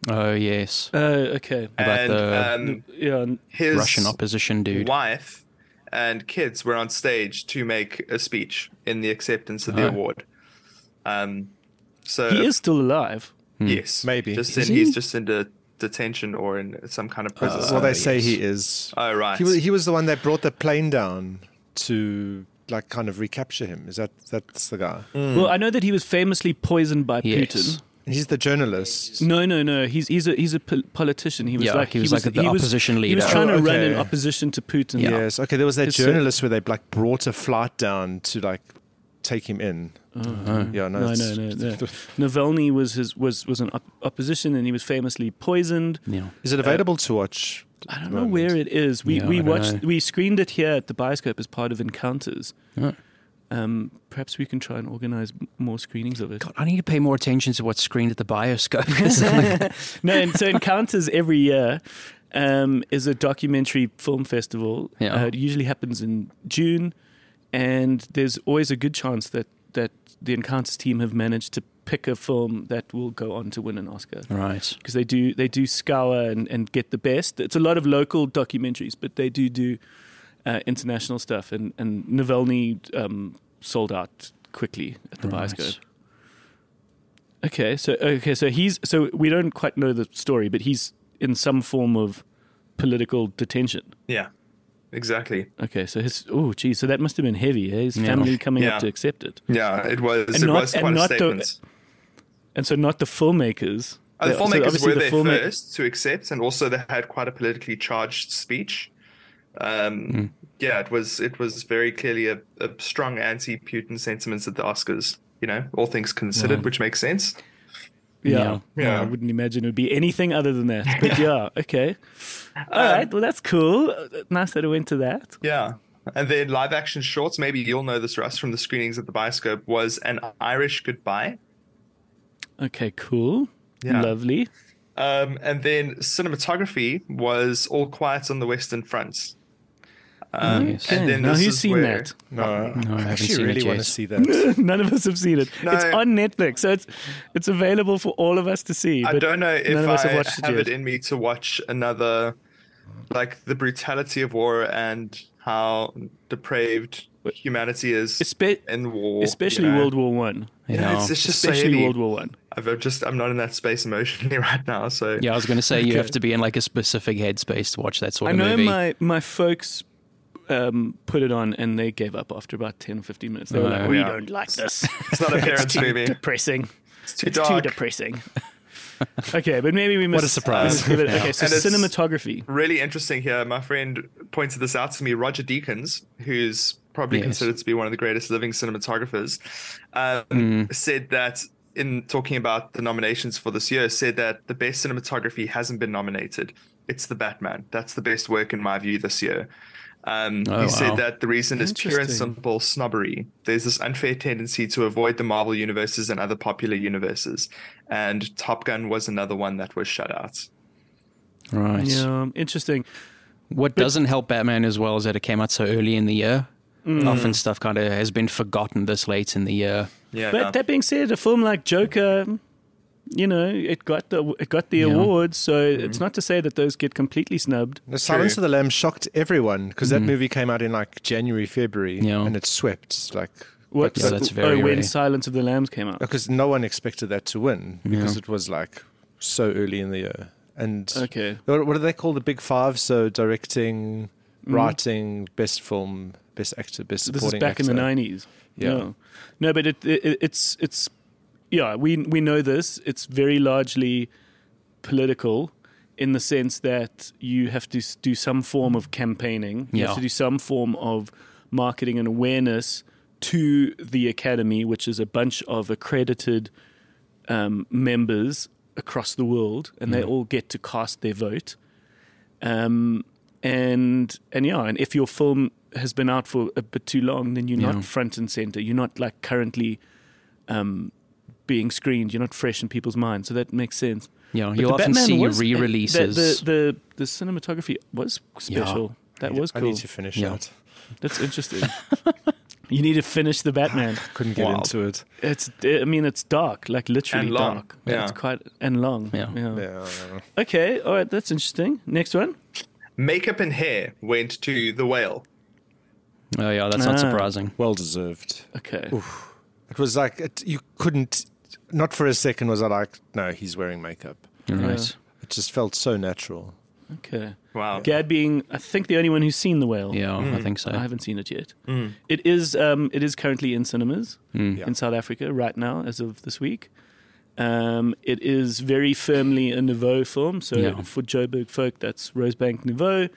Speaker 3: Oh yes.
Speaker 1: Uh, okay,
Speaker 5: and
Speaker 3: the-
Speaker 5: um,
Speaker 1: yeah, n-
Speaker 5: his
Speaker 3: Russian opposition dude.
Speaker 5: wife and kids were on stage to make a speech in the acceptance of the
Speaker 3: Oh.
Speaker 5: award. Um, so
Speaker 1: Uh-huh. he is Hmm. still alive.
Speaker 5: yes,
Speaker 4: Maybe.
Speaker 5: just in,
Speaker 4: Is
Speaker 5: he's just in de- detention or in some kind of prison.
Speaker 4: well, they
Speaker 1: Uh,
Speaker 4: say he is.
Speaker 5: oh right,
Speaker 4: He was, he was the one that brought the plane down to like kind of recapture him. Is that that's the guy?
Speaker 5: Mm.
Speaker 1: Well, I know that he was famously poisoned by
Speaker 3: Hmm. Yes.
Speaker 1: Putin.
Speaker 4: He's the journalist.
Speaker 1: No, no, no. He's he's a he's a pol- politician. He was
Speaker 3: Yeah,
Speaker 1: like
Speaker 3: he was like the opposition
Speaker 1: He was
Speaker 3: leader.
Speaker 1: trying
Speaker 4: Oh,
Speaker 1: to run in
Speaker 4: okay.
Speaker 1: opposition to Putin.
Speaker 4: Yes. Okay. There was that
Speaker 1: It's a-
Speaker 4: journalist where they like brought a flight down to like take him in. Yeah. No.
Speaker 1: No,
Speaker 4: it's-
Speaker 1: no, no, no. Navalny was his was was an op- opposition, and he was famously poisoned.
Speaker 3: Yeah.
Speaker 4: Is it available to watch?
Speaker 1: I don't know where it is. We
Speaker 3: Yeah, I
Speaker 1: we
Speaker 3: don't
Speaker 1: watched
Speaker 3: know.
Speaker 1: we screened it here at the Bioscope as part of Encounters.
Speaker 3: Oh.
Speaker 1: Um, perhaps we can try and organize m- more screenings of it.
Speaker 3: God, I need to pay more attention to what's screened at the bioscope. 'cause, like,
Speaker 1: No, and so Encounters every year um, is a documentary film festival.
Speaker 3: Yeah.
Speaker 1: Uh, it usually happens in June, and there's always a good chance that that the Encounters team have managed to pick a film that will go on to win an Oscar
Speaker 3: right.
Speaker 1: because they do they do scour and, and get the best. It's a lot of local documentaries, but they do do uh, international stuff. And and Navalny um, sold out quickly at the
Speaker 3: Right.
Speaker 1: Bioscope. Okay, so okay, so he's so we don't quite know the story, but he's in some form of political detention.
Speaker 5: yeah, exactly.
Speaker 1: Okay, so his oh geez, so that must have been heavy. Eh? His
Speaker 3: Yeah.
Speaker 1: family coming
Speaker 5: Yeah.
Speaker 1: up to accept it,
Speaker 5: Yeah, it was.
Speaker 1: And
Speaker 5: it
Speaker 1: not-
Speaker 5: was
Speaker 1: and
Speaker 5: quite a
Speaker 1: not the-
Speaker 5: statement.
Speaker 1: and so not the filmmakers.
Speaker 5: Uh, the
Speaker 1: So
Speaker 5: filmmakers
Speaker 1: obviously
Speaker 5: were
Speaker 1: the
Speaker 5: there
Speaker 1: filmma-
Speaker 5: first to accept, and also they had quite a politically charged speech. Um,
Speaker 1: Hmm.
Speaker 5: Yeah, it was it was very clearly a, a strong anti-Putin sentiments at the Oscars. You know, all things considered,
Speaker 1: Hmm.
Speaker 5: which makes sense.
Speaker 1: Yeah.
Speaker 5: Yeah.
Speaker 1: No, I wouldn't imagine it would be anything other than that. But yeah, okay.
Speaker 5: Um,
Speaker 1: all right. Well, that's cool. Uh, Nice that it went to that.
Speaker 5: Yeah, and then live-action shorts. Maybe you'll know this, Russ, from the screenings at the Bioscope. Was an Irish goodbye.
Speaker 1: Okay, cool.
Speaker 5: Yeah.
Speaker 1: Lovely.
Speaker 5: Um, and then cinematography was All Quiet on the Western Front. Um,
Speaker 3: Okay.
Speaker 5: And then
Speaker 1: Now,
Speaker 5: this
Speaker 1: who's
Speaker 5: is
Speaker 1: seen
Speaker 5: where-
Speaker 1: that?
Speaker 4: No. I
Speaker 3: haven't
Speaker 4: actually
Speaker 3: seen it
Speaker 4: really want to
Speaker 3: yet.
Speaker 4: see that.
Speaker 1: None of us have seen it.
Speaker 5: No.
Speaker 1: It's on Netflix, so it's it's available for all of us to see.
Speaker 5: I
Speaker 1: but
Speaker 5: don't know
Speaker 1: none
Speaker 5: if
Speaker 1: of us
Speaker 5: I
Speaker 1: have
Speaker 5: have,
Speaker 1: watched
Speaker 5: it
Speaker 1: it yet.
Speaker 5: in me to watch another, like the brutality of war and how depraved humanity is
Speaker 1: Espe-
Speaker 5: in war,
Speaker 1: especially
Speaker 5: you know?
Speaker 1: World War One.
Speaker 3: You
Speaker 5: Yeah,
Speaker 3: know.
Speaker 5: it's, it's just so
Speaker 1: Especially
Speaker 5: heavy.
Speaker 1: World War One.
Speaker 5: I've I've just I'm not in that space emotionally right now, so
Speaker 3: Yeah, I was going to say you have to be in like a specific headspace to watch that sort
Speaker 1: I
Speaker 3: of
Speaker 1: know
Speaker 3: movie.
Speaker 1: my my folks um, put it on and they gave up after about 10 15 minutes. They were
Speaker 3: Oh,
Speaker 1: like, "We
Speaker 5: yeah.
Speaker 1: don't like this.
Speaker 5: it's not a parents movie.
Speaker 1: depressing."
Speaker 5: It's too
Speaker 1: it's
Speaker 5: dark.
Speaker 1: too depressing. okay, but maybe we must.
Speaker 4: a surprise.
Speaker 1: we must give it- okay, so
Speaker 5: And it's-
Speaker 1: cinematography.
Speaker 5: really interesting here. My friend pointed this out to me, Roger Deakins, who's probably
Speaker 3: Yes.
Speaker 5: considered to be one of the greatest living cinematographers, um,
Speaker 3: Mm.
Speaker 5: said that in talking about the nominations for this year, said that the best cinematography hasn't been nominated. It's the Batman. That's the best work in my view this year. Um,
Speaker 3: Oh,
Speaker 5: he
Speaker 3: wow.
Speaker 5: said that the reason is pure and
Speaker 1: Interesting.
Speaker 5: simple snobbery. There's this unfair tendency to avoid the Marvel universes and other popular universes, and Top Gun was another one that was shut out.
Speaker 3: right.
Speaker 1: Yeah, interesting.
Speaker 3: What doesn't help Batman as well is that it came out so early in the year.
Speaker 1: Mm.
Speaker 3: Often stuff kind of has been forgotten this late in the year.
Speaker 5: Yeah,
Speaker 1: But that being said, a film like Joker, you know, it got the it got the
Speaker 3: Yeah.
Speaker 1: awards, so it's not to say that those get completely snubbed.
Speaker 4: The Silence of the Lambs shocked everyone because
Speaker 1: Mm-hmm.
Speaker 4: that movie came out in like January, February,
Speaker 3: Yeah.
Speaker 4: and it swept like
Speaker 1: What?
Speaker 3: Yeah, that's very
Speaker 1: oh, when
Speaker 3: rare.
Speaker 1: Silence of the Lambs came out.
Speaker 4: because no one expected that to win because it was like so early in the year. And
Speaker 1: Okay.
Speaker 4: what, what do they call the big five? So directing, writing, best film, best actor, best
Speaker 1: Mm. This is
Speaker 4: supporting
Speaker 1: back in the
Speaker 4: actor.
Speaker 1: nineties.
Speaker 4: Yeah.
Speaker 1: No, no, but it, it it's it's yeah we we know this. It's very largely political in the sense that you have to s- do some form of campaigning. You
Speaker 3: Yeah.
Speaker 1: have to do some form of marketing and awareness to the academy, which is a bunch of accredited um, members across the world, and they
Speaker 4: Mm-hmm.
Speaker 1: all get to cast their vote. Um, and and yeah, and if your film has been out for a bit too long, then you're
Speaker 3: Yeah.
Speaker 1: not front and center. You're not like currently um, being screened. You're not fresh in people's minds, so that makes sense.
Speaker 3: Yeah,
Speaker 1: But
Speaker 3: you'll
Speaker 1: the
Speaker 3: often
Speaker 1: Batman
Speaker 3: see
Speaker 1: was-
Speaker 3: re-releases.
Speaker 1: The, the, the, the cinematography was special. That was
Speaker 4: I
Speaker 1: cool.
Speaker 4: need to finish
Speaker 3: Yeah.
Speaker 4: that.
Speaker 1: That's interesting. you need to finish the Batman.
Speaker 4: Couldn't get
Speaker 3: Wow.
Speaker 4: into it.
Speaker 1: It's I mean it's dark, like literally
Speaker 5: And long.
Speaker 1: dark.
Speaker 5: Yeah.
Speaker 1: It's quite and long.
Speaker 3: Yeah.
Speaker 4: Yeah, I don't know.
Speaker 1: Okay, all right, that's interesting. Next one.
Speaker 5: Makeup and hair went to the whale.
Speaker 3: oh yeah, that's
Speaker 1: Ah.
Speaker 3: not surprising.
Speaker 4: well deserved.
Speaker 1: Okay.
Speaker 4: It was like it, you couldn't. Not for a second was I like, no, he's wearing makeup.
Speaker 3: Right.
Speaker 4: It just felt so natural.
Speaker 1: Okay.
Speaker 5: Wow.
Speaker 1: Gad being I think the only one who's seen the whale.
Speaker 3: Yeah, I think so.
Speaker 1: Mm. I haven't seen it yet. It is um, it is currently in cinemas
Speaker 3: Mm.
Speaker 4: Yeah.
Speaker 1: in South Africa right now as of this week. Um, it is very firmly a Nouveau film. So
Speaker 3: Yeah.
Speaker 1: for Joburg folk, that's Rosebank Nouveau.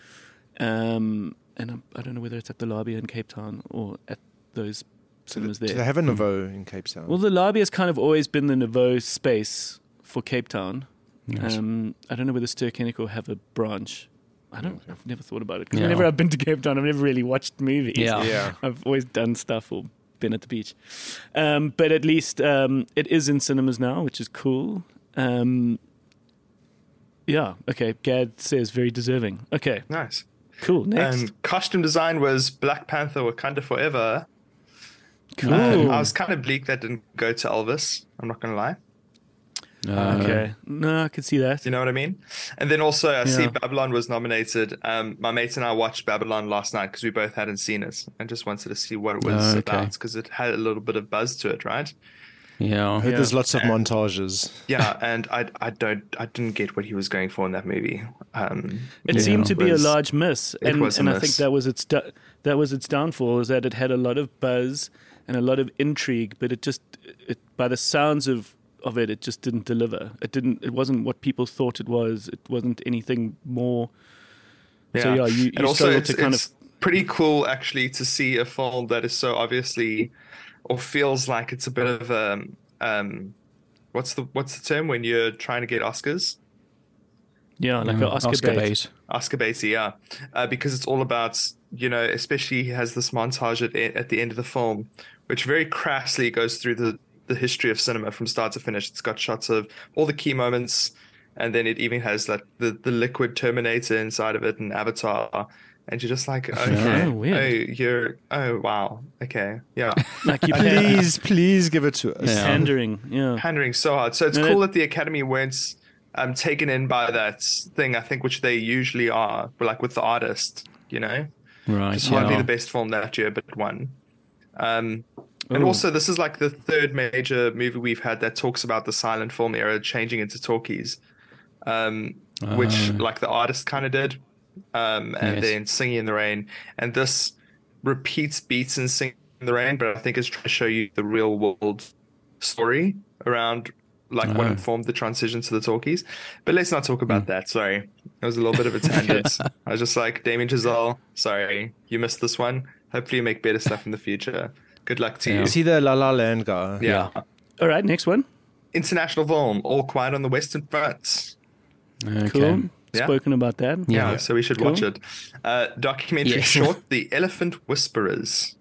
Speaker 1: Um, and I'm, I don't know whether it's at the lobby in Cape Town or at those cinemas
Speaker 4: Do
Speaker 1: there.
Speaker 4: they have a Nouveau in Cape Town?
Speaker 1: Well, the lobby has kind of always been the Nouveau space for Cape Town.
Speaker 3: Nice.
Speaker 1: Um, I don't know whether Sturkenico have a branch. I don't. I've never thought about it because
Speaker 3: Yeah.
Speaker 1: whenever I've been to Cape Town, I've never really watched movies.
Speaker 3: Yeah.
Speaker 4: yeah.
Speaker 1: I've always done stuff or been at the beach. Um, but at least um, it is in cinemas now, which is cool. Um, yeah. Okay. Gad says very deserving. Okay.
Speaker 5: Nice.
Speaker 1: Cool. Next.
Speaker 5: And costume design was Black Panther Wakanda Forever.
Speaker 1: cool.
Speaker 5: Um, I was kind of bleak that didn't go to Elvis. I'm not going to lie.
Speaker 3: Uh,
Speaker 1: Ah, okay. No, I could see that.
Speaker 5: Do you know what I mean? And then also, I see
Speaker 1: Yeah.
Speaker 5: Babylon was nominated. Um, my mates and I watched Babylon last night because we both hadn't seen it and just wanted to see what it was
Speaker 3: Oh, okay.
Speaker 5: about because it had a little bit of buzz to it, right?
Speaker 3: Yeah.
Speaker 4: There's lots of montages.
Speaker 5: Yeah, and I, I don't, I didn't get what he was going for in that movie. Um,
Speaker 1: It
Speaker 3: Yeah.
Speaker 1: seemed to be a
Speaker 5: Was-
Speaker 1: large miss, and,
Speaker 5: was a
Speaker 1: and I
Speaker 5: miss.
Speaker 1: think that was its da- that was its downfall is that it had a lot of buzz and a lot of intrigue, but it just it by the sounds of of it, it just didn't deliver. It didn't. It wasn't what people thought it was. It wasn't anything more. So yeah, you,
Speaker 5: and
Speaker 1: you
Speaker 5: also
Speaker 1: struggled
Speaker 5: it's,
Speaker 1: to kind
Speaker 5: it's
Speaker 1: of
Speaker 5: pretty cool actually to see a film that is so obviously or feels like it's a bit of a um, what's the what's the term when you're trying to get Oscars?
Speaker 1: yeah, like an
Speaker 3: Yeah.
Speaker 1: Oscar, bait.
Speaker 3: Um, bait.
Speaker 5: Oscar Beatty, yeah, uh, because it's all about you know, especially he has this montage at at the end of the film, which very crassly goes through the the history of cinema from start to finish. It's got shots of all the key moments, and then it even has like the the liquid Terminator inside of it and Avatar, and you're just like, okay,
Speaker 1: Oh,
Speaker 5: oh,
Speaker 1: weird.
Speaker 5: you're, oh wow, okay, yeah,
Speaker 1: Like you're pan-
Speaker 4: Please, please give it to us.
Speaker 3: Yeah.
Speaker 1: pandering. Yeah.
Speaker 5: pandering so hard. So it's
Speaker 1: No,
Speaker 5: cool
Speaker 1: that-
Speaker 5: that the Academy weren't um, taken in by that thing. I think which they usually are, like with the artist, you know.
Speaker 3: Right.
Speaker 5: This might be
Speaker 3: Yeah.
Speaker 5: the best film that year, but one. Um, and also, this is like the third major movie we've had that talks about the silent film era changing into talkies, um, which like the artist kind of did, um, and
Speaker 3: Ah. Yes.
Speaker 5: then Singing in the Rain, and this repeats beats in Singing in the Rain, but I think it's trying to show you the real world story around like what
Speaker 3: Oh. Hmm.
Speaker 5: informed the transition to the talkies. But let's not talk about that. Sorry. It was a little bit of a tangent. I was just like, Damien Giselle, sorry, you missed this one. Hopefully you make better stuff in the future. Good luck to
Speaker 4: Is
Speaker 5: you.
Speaker 4: he the La La Land guy?
Speaker 5: Yeah.
Speaker 1: All right, next one.
Speaker 5: International film, all quiet on the Western Front.
Speaker 3: Okay.
Speaker 1: Cool.
Speaker 5: Yeah.
Speaker 1: Spoken about that.
Speaker 5: Yeah,
Speaker 3: Yeah.
Speaker 5: so we should watch it. Uh, documentary
Speaker 3: Yeah.
Speaker 5: short, The Elephant Whisperers.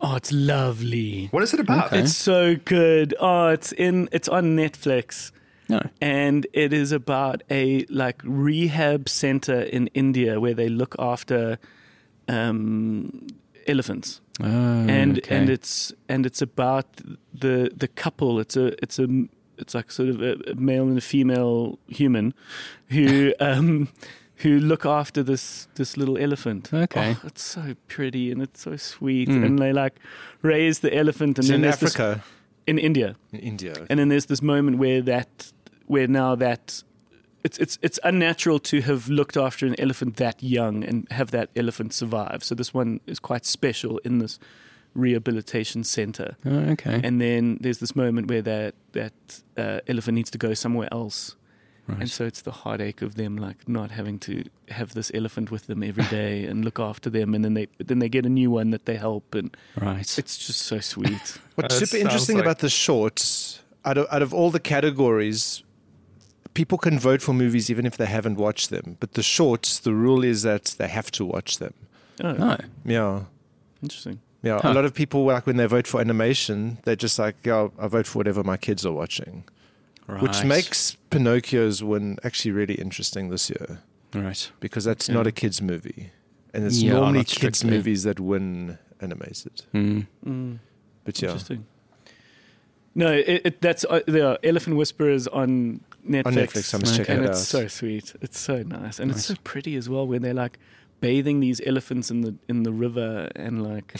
Speaker 1: Oh, it's lovely.
Speaker 5: What is it about?
Speaker 3: Okay.
Speaker 1: It's so good. Oh, it's in. It's on Netflix.
Speaker 3: No.
Speaker 1: and it is about a like rehab center in India where they look after um, elephants,
Speaker 3: Oh,
Speaker 4: Mm,
Speaker 1: and
Speaker 3: okay.
Speaker 1: and it's and it's about the the couple. It's a it's a it's like sort of a, a male and a female human who um, who look after this this little elephant.
Speaker 3: Okay.
Speaker 1: Oh, it's so pretty and it's so sweet, and they like raise the elephant, and
Speaker 4: Mm. It's
Speaker 1: then
Speaker 4: in
Speaker 1: there's this-
Speaker 4: Africa,
Speaker 1: in India.
Speaker 4: in India.
Speaker 1: And then there's this moment where that, where now that, it's it's it's unnatural to have looked after an elephant that young and have that elephant survive. So this one is quite special in this rehabilitation center.
Speaker 3: Oh, okay.
Speaker 1: And then there's this moment where that that uh, elephant needs to go somewhere else, And so it's the heartache of them like not having to have this elephant with them every day and look after them, and then they but then they get a new one that they help, and
Speaker 3: Right.
Speaker 1: it's just so sweet.
Speaker 5: Uh,
Speaker 4: What's
Speaker 5: it
Speaker 4: super interesting
Speaker 5: sounds like-
Speaker 4: about the shorts, out of, out of all the categories, people can vote for movies even if they haven't watched them. But the shorts, the rule is that they have to watch them.
Speaker 1: oh,
Speaker 3: no.
Speaker 4: Yeah.
Speaker 1: interesting.
Speaker 4: Yeah.
Speaker 3: Huh.
Speaker 4: A lot of people, like when they vote for animation, they're just like, yeah, I vote for whatever my kids are watching,
Speaker 3: Right.
Speaker 4: which makes Pinocchio's win actually really interesting this year
Speaker 3: Right.
Speaker 4: because that's not a kids' movie. And it's
Speaker 3: Yeah,
Speaker 4: normally
Speaker 3: not
Speaker 4: kids'
Speaker 3: strictly.
Speaker 4: movies that win animated.
Speaker 3: Mm.
Speaker 1: Mm,
Speaker 4: But yeah.
Speaker 1: Interesting. No, it, it, that's uh, there are Elephant Whisperers on Netflix.
Speaker 4: On Netflix, I must check
Speaker 1: and
Speaker 4: it
Speaker 1: it's
Speaker 4: out.
Speaker 1: so sweet. It's so nice, and it's so
Speaker 3: Nice.
Speaker 1: pretty as well. When they're like bathing these elephants in the in the river, and like,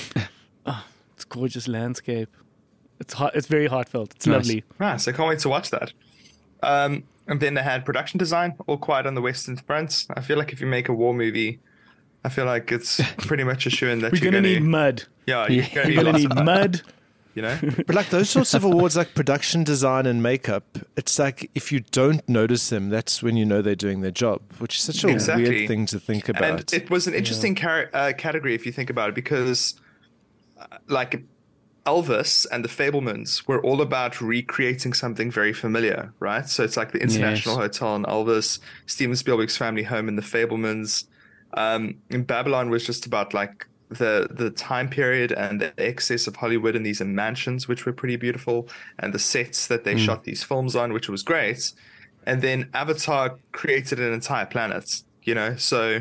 Speaker 1: oh, it's gorgeous landscape. It's heart, It's very heartfelt. It's
Speaker 3: Nice.
Speaker 1: lovely.
Speaker 5: Nice. I Ah, can't wait to watch that. Um, and then they had production design, all quiet on the Western Front. I feel like if you make a war movie, I feel like it's pretty much a shoe in that
Speaker 1: We're
Speaker 5: you're
Speaker 1: gonna need
Speaker 5: to
Speaker 1: mud.
Speaker 5: yeah, you're gonna need
Speaker 1: We're gonna
Speaker 5: lots
Speaker 1: need
Speaker 5: of that,
Speaker 1: mud.
Speaker 5: you know.
Speaker 4: But like those sorts of awards, like production design and makeup, it's like if you don't notice them, that's when you know they're doing their job, which is such a
Speaker 5: Exactly.
Speaker 4: weird thing to think
Speaker 5: And
Speaker 4: about.
Speaker 5: it was an interesting car- uh, category if you think about it, because uh, like Elvis and the Fablemans were all about recreating something very familiar, right? So it's like the International Hotel and Elvis, Steven Spielberg's family home and the Fablemans. Um, and Babylon was just about like the the time period and the excess of Hollywood and these mansions, which were pretty beautiful, and the sets that they shot these films on, which was great. And then Avatar created an entire planet, you know. So,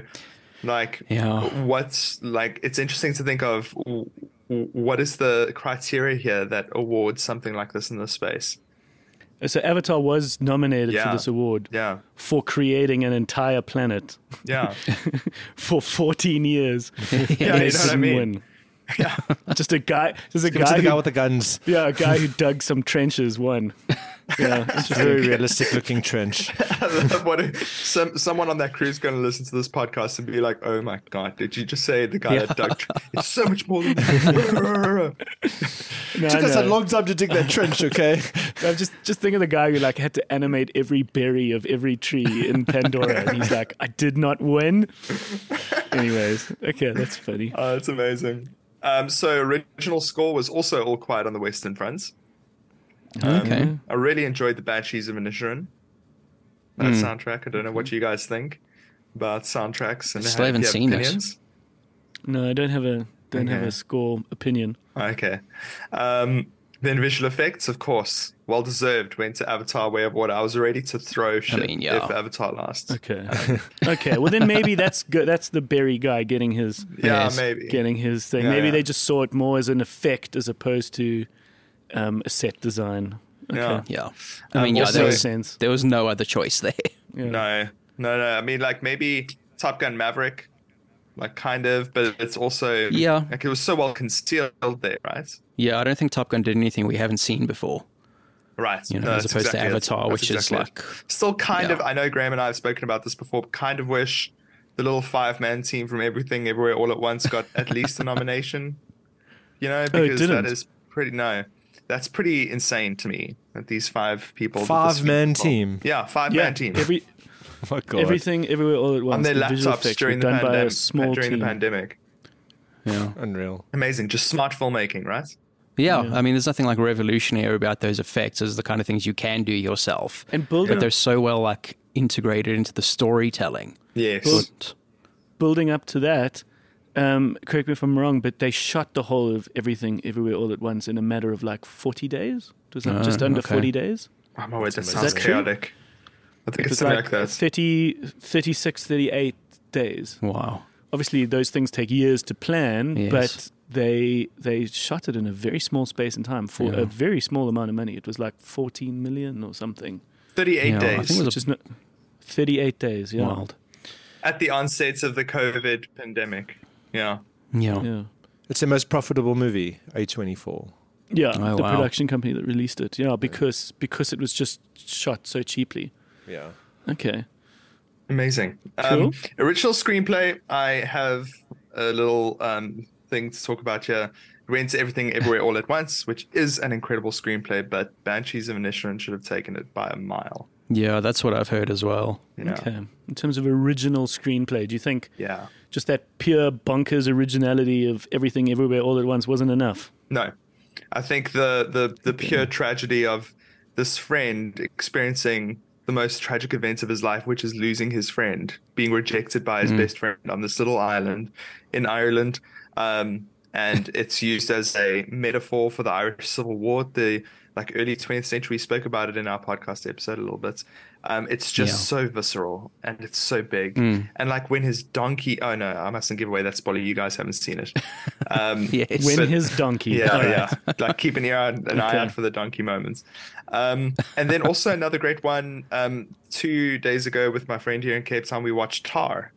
Speaker 5: like,
Speaker 3: Yeah.
Speaker 5: what's like? It's interesting to think of w- w- what is the criteria here that awards something like this in this space.
Speaker 1: So Avatar was nominated
Speaker 5: Yeah.
Speaker 1: for this award
Speaker 5: Yeah,
Speaker 1: for creating an entire planet
Speaker 5: yeah,
Speaker 1: for 14 years.
Speaker 5: yeah. You know what I mean?
Speaker 1: Yeah. just a guy. Just a
Speaker 4: Give it to
Speaker 1: guy.
Speaker 4: the
Speaker 1: Who,
Speaker 4: guy with the guns.
Speaker 1: yeah, a guy who dug some trenches won. Yeah,
Speaker 4: Very realistic looking trench.
Speaker 5: what if some someone on that crew is going to listen to this podcast and be like, "Oh my god, did you just say the guy that dug? tr- It's so much more than that."
Speaker 1: No,
Speaker 4: Took us
Speaker 1: no.
Speaker 4: a long time to dig that trench, okay?
Speaker 1: I'm just just think of the guy who like had to animate every berry of every tree in Pandora, and he's like, I did not win. Anyways, okay, that's funny.
Speaker 5: oh, that's amazing. Um, so original score was also all quiet on the Western Front.
Speaker 1: Um,
Speaker 3: Okay.
Speaker 5: I really enjoyed the Banshees of Inisherin. That
Speaker 3: Hmm.
Speaker 5: soundtrack. I don't know what you guys think about soundtracks and how-
Speaker 3: Still
Speaker 5: if
Speaker 3: haven't
Speaker 5: you have
Speaker 3: seen it.
Speaker 5: opinions.
Speaker 1: No, I don't have a don't have
Speaker 5: Okay.
Speaker 1: a score opinion.
Speaker 5: Okay. Um, then visual effects, of course, well deserved. Went to Avatar Way of Water. I was ready to throw shit
Speaker 3: mean, yeah.
Speaker 5: if Avatar lasts.
Speaker 1: Okay, okay. Well, then maybe that's good. That's the berry guy getting his
Speaker 5: Yeah,
Speaker 3: Yes.
Speaker 5: maybe.
Speaker 1: getting his thing.
Speaker 5: Yeah,
Speaker 1: Maybe
Speaker 5: yeah.
Speaker 1: they just saw it more as an effect as opposed to um, a set design.
Speaker 5: Yeah.
Speaker 3: Yeah. I mean, yeah,
Speaker 5: also-
Speaker 3: there
Speaker 1: Makes
Speaker 3: was,
Speaker 1: sense.
Speaker 3: there was no other choice there.
Speaker 5: No, no, no. I mean, like maybe Top Gun Maverick, like kind of, but it's also
Speaker 3: Yeah.
Speaker 5: Like it was so well concealed there, right?
Speaker 3: Yeah, I don't think Top Gun did anything we haven't seen before.
Speaker 5: Right.
Speaker 3: You know,
Speaker 5: No,
Speaker 3: as
Speaker 5: that's
Speaker 3: opposed to
Speaker 5: exactly it.
Speaker 3: Avatar,
Speaker 5: That's
Speaker 3: which is
Speaker 5: exactly
Speaker 3: like,
Speaker 5: it. still kind
Speaker 3: yeah.
Speaker 5: of. I know Graham and I have spoken about this before. But kind of wish the little five man team from Everything Everywhere All at Once got at least a nomination. You know, because that
Speaker 1: didn't.
Speaker 5: is pretty no. That's pretty insane to me that these five people. did this
Speaker 4: Five man
Speaker 5: feat.
Speaker 4: team.
Speaker 5: Yeah, five man team.
Speaker 1: Every,
Speaker 4: Oh my God.
Speaker 1: everything, everywhere, all at once.
Speaker 5: on their
Speaker 1: the visual
Speaker 5: laptops
Speaker 1: effects
Speaker 5: during
Speaker 1: were
Speaker 5: the
Speaker 1: done by a
Speaker 5: pandemic.
Speaker 1: small
Speaker 5: during
Speaker 1: team.
Speaker 5: the pandemic.
Speaker 3: yeah.
Speaker 4: Unreal.
Speaker 5: Amazing. Just smart filmmaking, right?
Speaker 3: Yeah, I mean, there's nothing like revolutionary about those effects. Those are the kind of things you can do yourself,
Speaker 1: And building
Speaker 3: but they're so well like integrated into the storytelling.
Speaker 5: Yes.
Speaker 1: building up to that. Um, correct me if I'm wrong, but they shot the whole of everything, everywhere, all at once in a matter of like 40 days. It was like
Speaker 3: Oh,
Speaker 1: just under
Speaker 3: okay.
Speaker 1: 40 days.
Speaker 5: Oh my word, that sounds
Speaker 1: that true?
Speaker 5: chaotic. I think it's
Speaker 1: It's
Speaker 5: something
Speaker 1: like,
Speaker 5: like, that.
Speaker 1: 30, 36, 38 days.
Speaker 3: Wow.
Speaker 1: obviously those things take years to plan,
Speaker 3: Yes.
Speaker 1: but they they shot it in a very small space and time for
Speaker 3: Yeah.
Speaker 1: a very small amount of money. It was like 14 million or something.
Speaker 5: Thirty-eight
Speaker 3: Yeah, I
Speaker 5: days
Speaker 3: think it was
Speaker 1: Which is not 38 days, yeah.
Speaker 3: Wild.
Speaker 5: at the onset of the COVID pandemic. Yeah.
Speaker 3: Yeah.
Speaker 1: Yeah.
Speaker 4: It's their most profitable movie, A24.
Speaker 1: Yeah,
Speaker 3: Oh,
Speaker 1: the
Speaker 3: wow.
Speaker 1: production company that released it. Yeah, because because it was just shot so cheaply.
Speaker 4: Yeah.
Speaker 1: Okay.
Speaker 5: Amazing. Um,
Speaker 1: Cool.
Speaker 5: original screenplay. I have a little um, thing to talk about here. It went to everything everywhere all at once, which is an incredible screenplay, but Banshees of Inisherin should have taken it by a mile.
Speaker 3: Yeah, that's what I've heard as well.
Speaker 5: You know?
Speaker 1: Okay. In terms of original screenplay, do you think
Speaker 5: Yeah.
Speaker 1: just that pure bonkers originality of everything everywhere all at once wasn't enough?
Speaker 5: No, I think the the the pure tragedy of this friend experiencing the most tragic events of his life, which is losing his friend, being rejected by his best friend on this little island in Ireland, um, and it's used as a metaphor for the Irish Civil War. The like early 20th century we spoke about it in our podcast episode a little bit. Um, it's just so visceral and it's so big. And like when his donkey, oh no, I mustn't give away that spoiler. You guys haven't seen it. Um,
Speaker 3: Yes.
Speaker 1: When
Speaker 5: But-
Speaker 1: his donkey.
Speaker 5: yeah,
Speaker 1: All right.
Speaker 5: yeah. Like keep an ear out, an eye out for the donkey moments. Um, and then also another great one. Um, two days ago with my friend here in Cape Town, we watched Tar.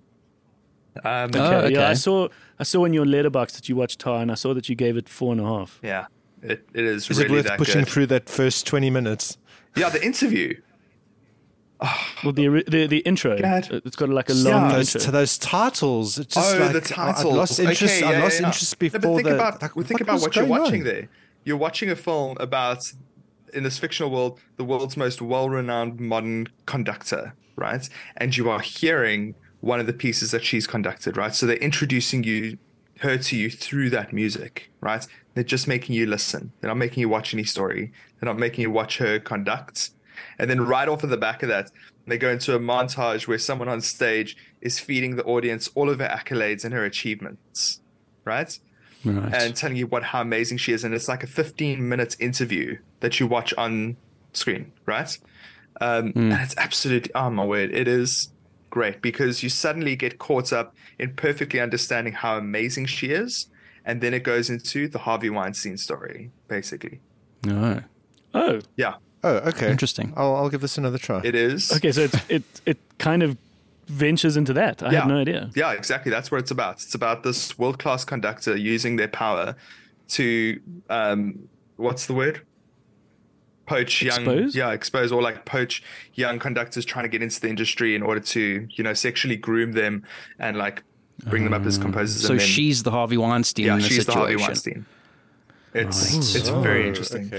Speaker 5: Um,
Speaker 3: Oh,
Speaker 1: Yeah,
Speaker 3: okay.
Speaker 1: yeah, I saw I saw in your letterbox that you watched Tar, and I saw that you gave it four and a half.
Speaker 5: Yeah, it, it is,
Speaker 4: Is
Speaker 5: really
Speaker 4: it worth
Speaker 5: that
Speaker 4: pushing
Speaker 5: good.
Speaker 4: through that first 20 minutes?
Speaker 5: Yeah, the interview.
Speaker 1: Well, the ori- the, the intro, uh,
Speaker 5: God.
Speaker 1: it's got like a long
Speaker 4: those,
Speaker 1: intro.
Speaker 4: to those titles. It's just
Speaker 5: oh,
Speaker 4: like,
Speaker 5: the
Speaker 4: I-
Speaker 5: title.
Speaker 4: I lost interest,
Speaker 5: Okay,
Speaker 4: I
Speaker 5: yeah,
Speaker 4: lost
Speaker 5: yeah, yeah.
Speaker 4: interest
Speaker 5: No,
Speaker 4: before
Speaker 5: but think
Speaker 4: the,
Speaker 5: about,
Speaker 4: like,
Speaker 5: think about
Speaker 4: was
Speaker 5: what you're
Speaker 4: going
Speaker 5: watching
Speaker 4: on?
Speaker 5: there. You're watching a film about, in this fictional world, the world's most well-renowned modern conductor, right? And you are hearing one of the pieces that she's conducted, right? So they're introducing you her to you through that music, right? They're just making you listen. They're not making you watch any story. They're not making you watch her conduct. And then right off of the back of that, they go into a montage where someone on stage is feeding the audience all of her accolades and her achievements, right?
Speaker 3: Right.
Speaker 5: And telling you what how amazing she is. And it's like a 15 minute interview that you watch on screen, right? Um, And it's absolutely, oh my word, it is great because you suddenly get caught up in perfectly understanding how amazing she is. And then it goes into the Harvey Weinstein story, basically.
Speaker 3: no.
Speaker 1: oh,
Speaker 5: Yeah,
Speaker 4: Oh, okay.
Speaker 3: Interesting.
Speaker 4: I'll, I'll give this another try.
Speaker 5: it is.
Speaker 1: okay, so it's, it it kind of ventures into that. I had no idea.
Speaker 5: Yeah, exactly. That's what it's about. It's about this world class conductor using their power to um, what's the word? Poach young,
Speaker 1: Expose?
Speaker 5: yeah, expose or like poach young conductors trying to get into the industry in order to you know sexually groom them and like bring them up
Speaker 1: Ah.
Speaker 5: as composers.
Speaker 3: So
Speaker 5: and then,
Speaker 3: she's the Harvey Weinstein
Speaker 5: yeah,
Speaker 3: in the
Speaker 5: she's the
Speaker 3: situation.
Speaker 5: Harvey Weinstein. It's it's
Speaker 1: Oh,
Speaker 5: very interesting.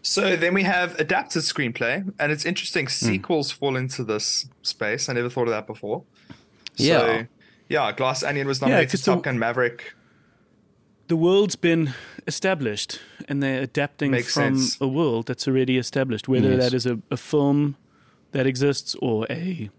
Speaker 5: So then we have adapted screenplay, and it's
Speaker 3: Hmm.
Speaker 5: interesting. Sequels fall into this space. I never thought of that before.
Speaker 3: Yeah.
Speaker 5: So, yeah, Glass Onion was nominated
Speaker 1: 'cause
Speaker 5: for Top
Speaker 1: the-
Speaker 5: Gun Maverick.
Speaker 1: The world's been established, and they're adapting
Speaker 5: Makes
Speaker 1: from
Speaker 5: sense.
Speaker 1: a world that's already established, whether
Speaker 3: Yes.
Speaker 1: that is a, a film that exists or a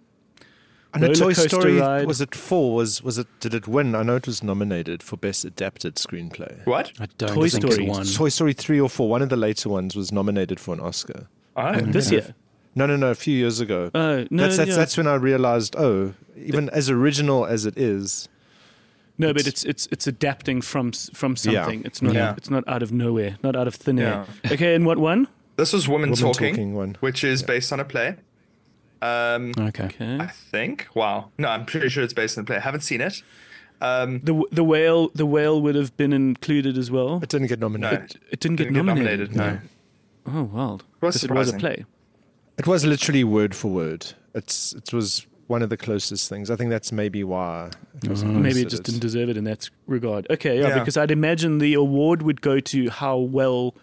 Speaker 4: And a
Speaker 1: roller
Speaker 4: Toy
Speaker 1: coaster
Speaker 4: Story
Speaker 1: ride.
Speaker 4: was it four? Was was it? Did it win? I know it was nominated for best adapted screenplay.
Speaker 5: What?
Speaker 3: I don't
Speaker 1: Toy
Speaker 3: think
Speaker 1: Story.
Speaker 3: it won.
Speaker 4: Toy Story three or four, one of the later ones, was nominated for an Oscar.
Speaker 3: Hmm.
Speaker 1: this year.
Speaker 4: No, no, no, a few years ago.
Speaker 1: Oh, no,
Speaker 4: that's that's,
Speaker 1: yeah.
Speaker 4: that's when I realized. Oh, even as original as it is,
Speaker 1: No, but it's it's it's adapting from s- from
Speaker 4: Yeah.
Speaker 1: something. It's not
Speaker 5: Yeah.
Speaker 1: it's not out of nowhere, not out of thin air. Okay, and what one?
Speaker 5: This was Woman,
Speaker 4: Woman
Speaker 5: Talking,
Speaker 4: Talking one.
Speaker 5: which is based on a play. Um,
Speaker 3: Okay.
Speaker 5: I think. Wow. No, I'm pretty sure it's based on a play. I haven't seen it. Um,
Speaker 1: The the whale the whale would have been included as well.
Speaker 4: it didn't get
Speaker 5: no,
Speaker 4: nominated.
Speaker 1: It didn't, get,
Speaker 5: didn't get
Speaker 1: nominated.
Speaker 5: nominated. No.
Speaker 1: Oh wild!
Speaker 5: Was
Speaker 1: Because it was a
Speaker 5: surprising.
Speaker 1: play.
Speaker 4: It was literally word for word. It's it was one of the closest things. I think that's maybe why. It was
Speaker 1: Maybe it just
Speaker 4: considered.
Speaker 1: didn't deserve it in that regard. Okay, yeah,
Speaker 5: Yeah.
Speaker 1: because I'd imagine the award would go to how well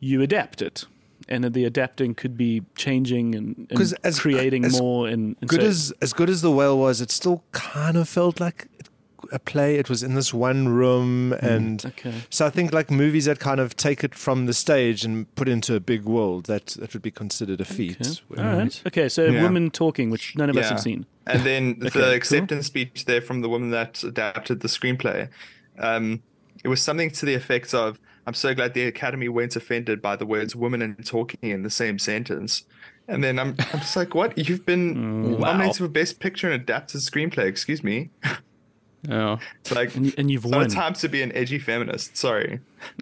Speaker 1: you adapt it, and the adapting could be changing and, and
Speaker 4: 'Cause as-
Speaker 1: creating
Speaker 4: as
Speaker 1: more. And, and
Speaker 4: good
Speaker 1: so-
Speaker 4: as as good as the whale was, it still kind of felt like a play. It was in this one room,
Speaker 5: Hmm,
Speaker 4: and
Speaker 1: okay.
Speaker 4: so I think like movies that kind of take it from the stage and put into a big world that that would be considered a feat.
Speaker 1: all right. Okay, so
Speaker 5: Yeah.
Speaker 1: women talking, which none of us have
Speaker 5: Yeah.
Speaker 1: seen.
Speaker 5: And then
Speaker 1: cool.
Speaker 5: the acceptance speech there from the woman that adapted the screenplay. Um, it was something to the effect of I'm so glad the Academy weren't offended by the words woman and talking in the same sentence. And then I'm, I'm just like, what? You've
Speaker 1: Mm.
Speaker 5: been nominated for Best Picture and Adapted Screenplay, excuse me.
Speaker 3: Oh.
Speaker 5: It's like,
Speaker 1: And, you- and you've
Speaker 5: it's not
Speaker 1: won.
Speaker 5: a time to be an edgy feminist. Sorry.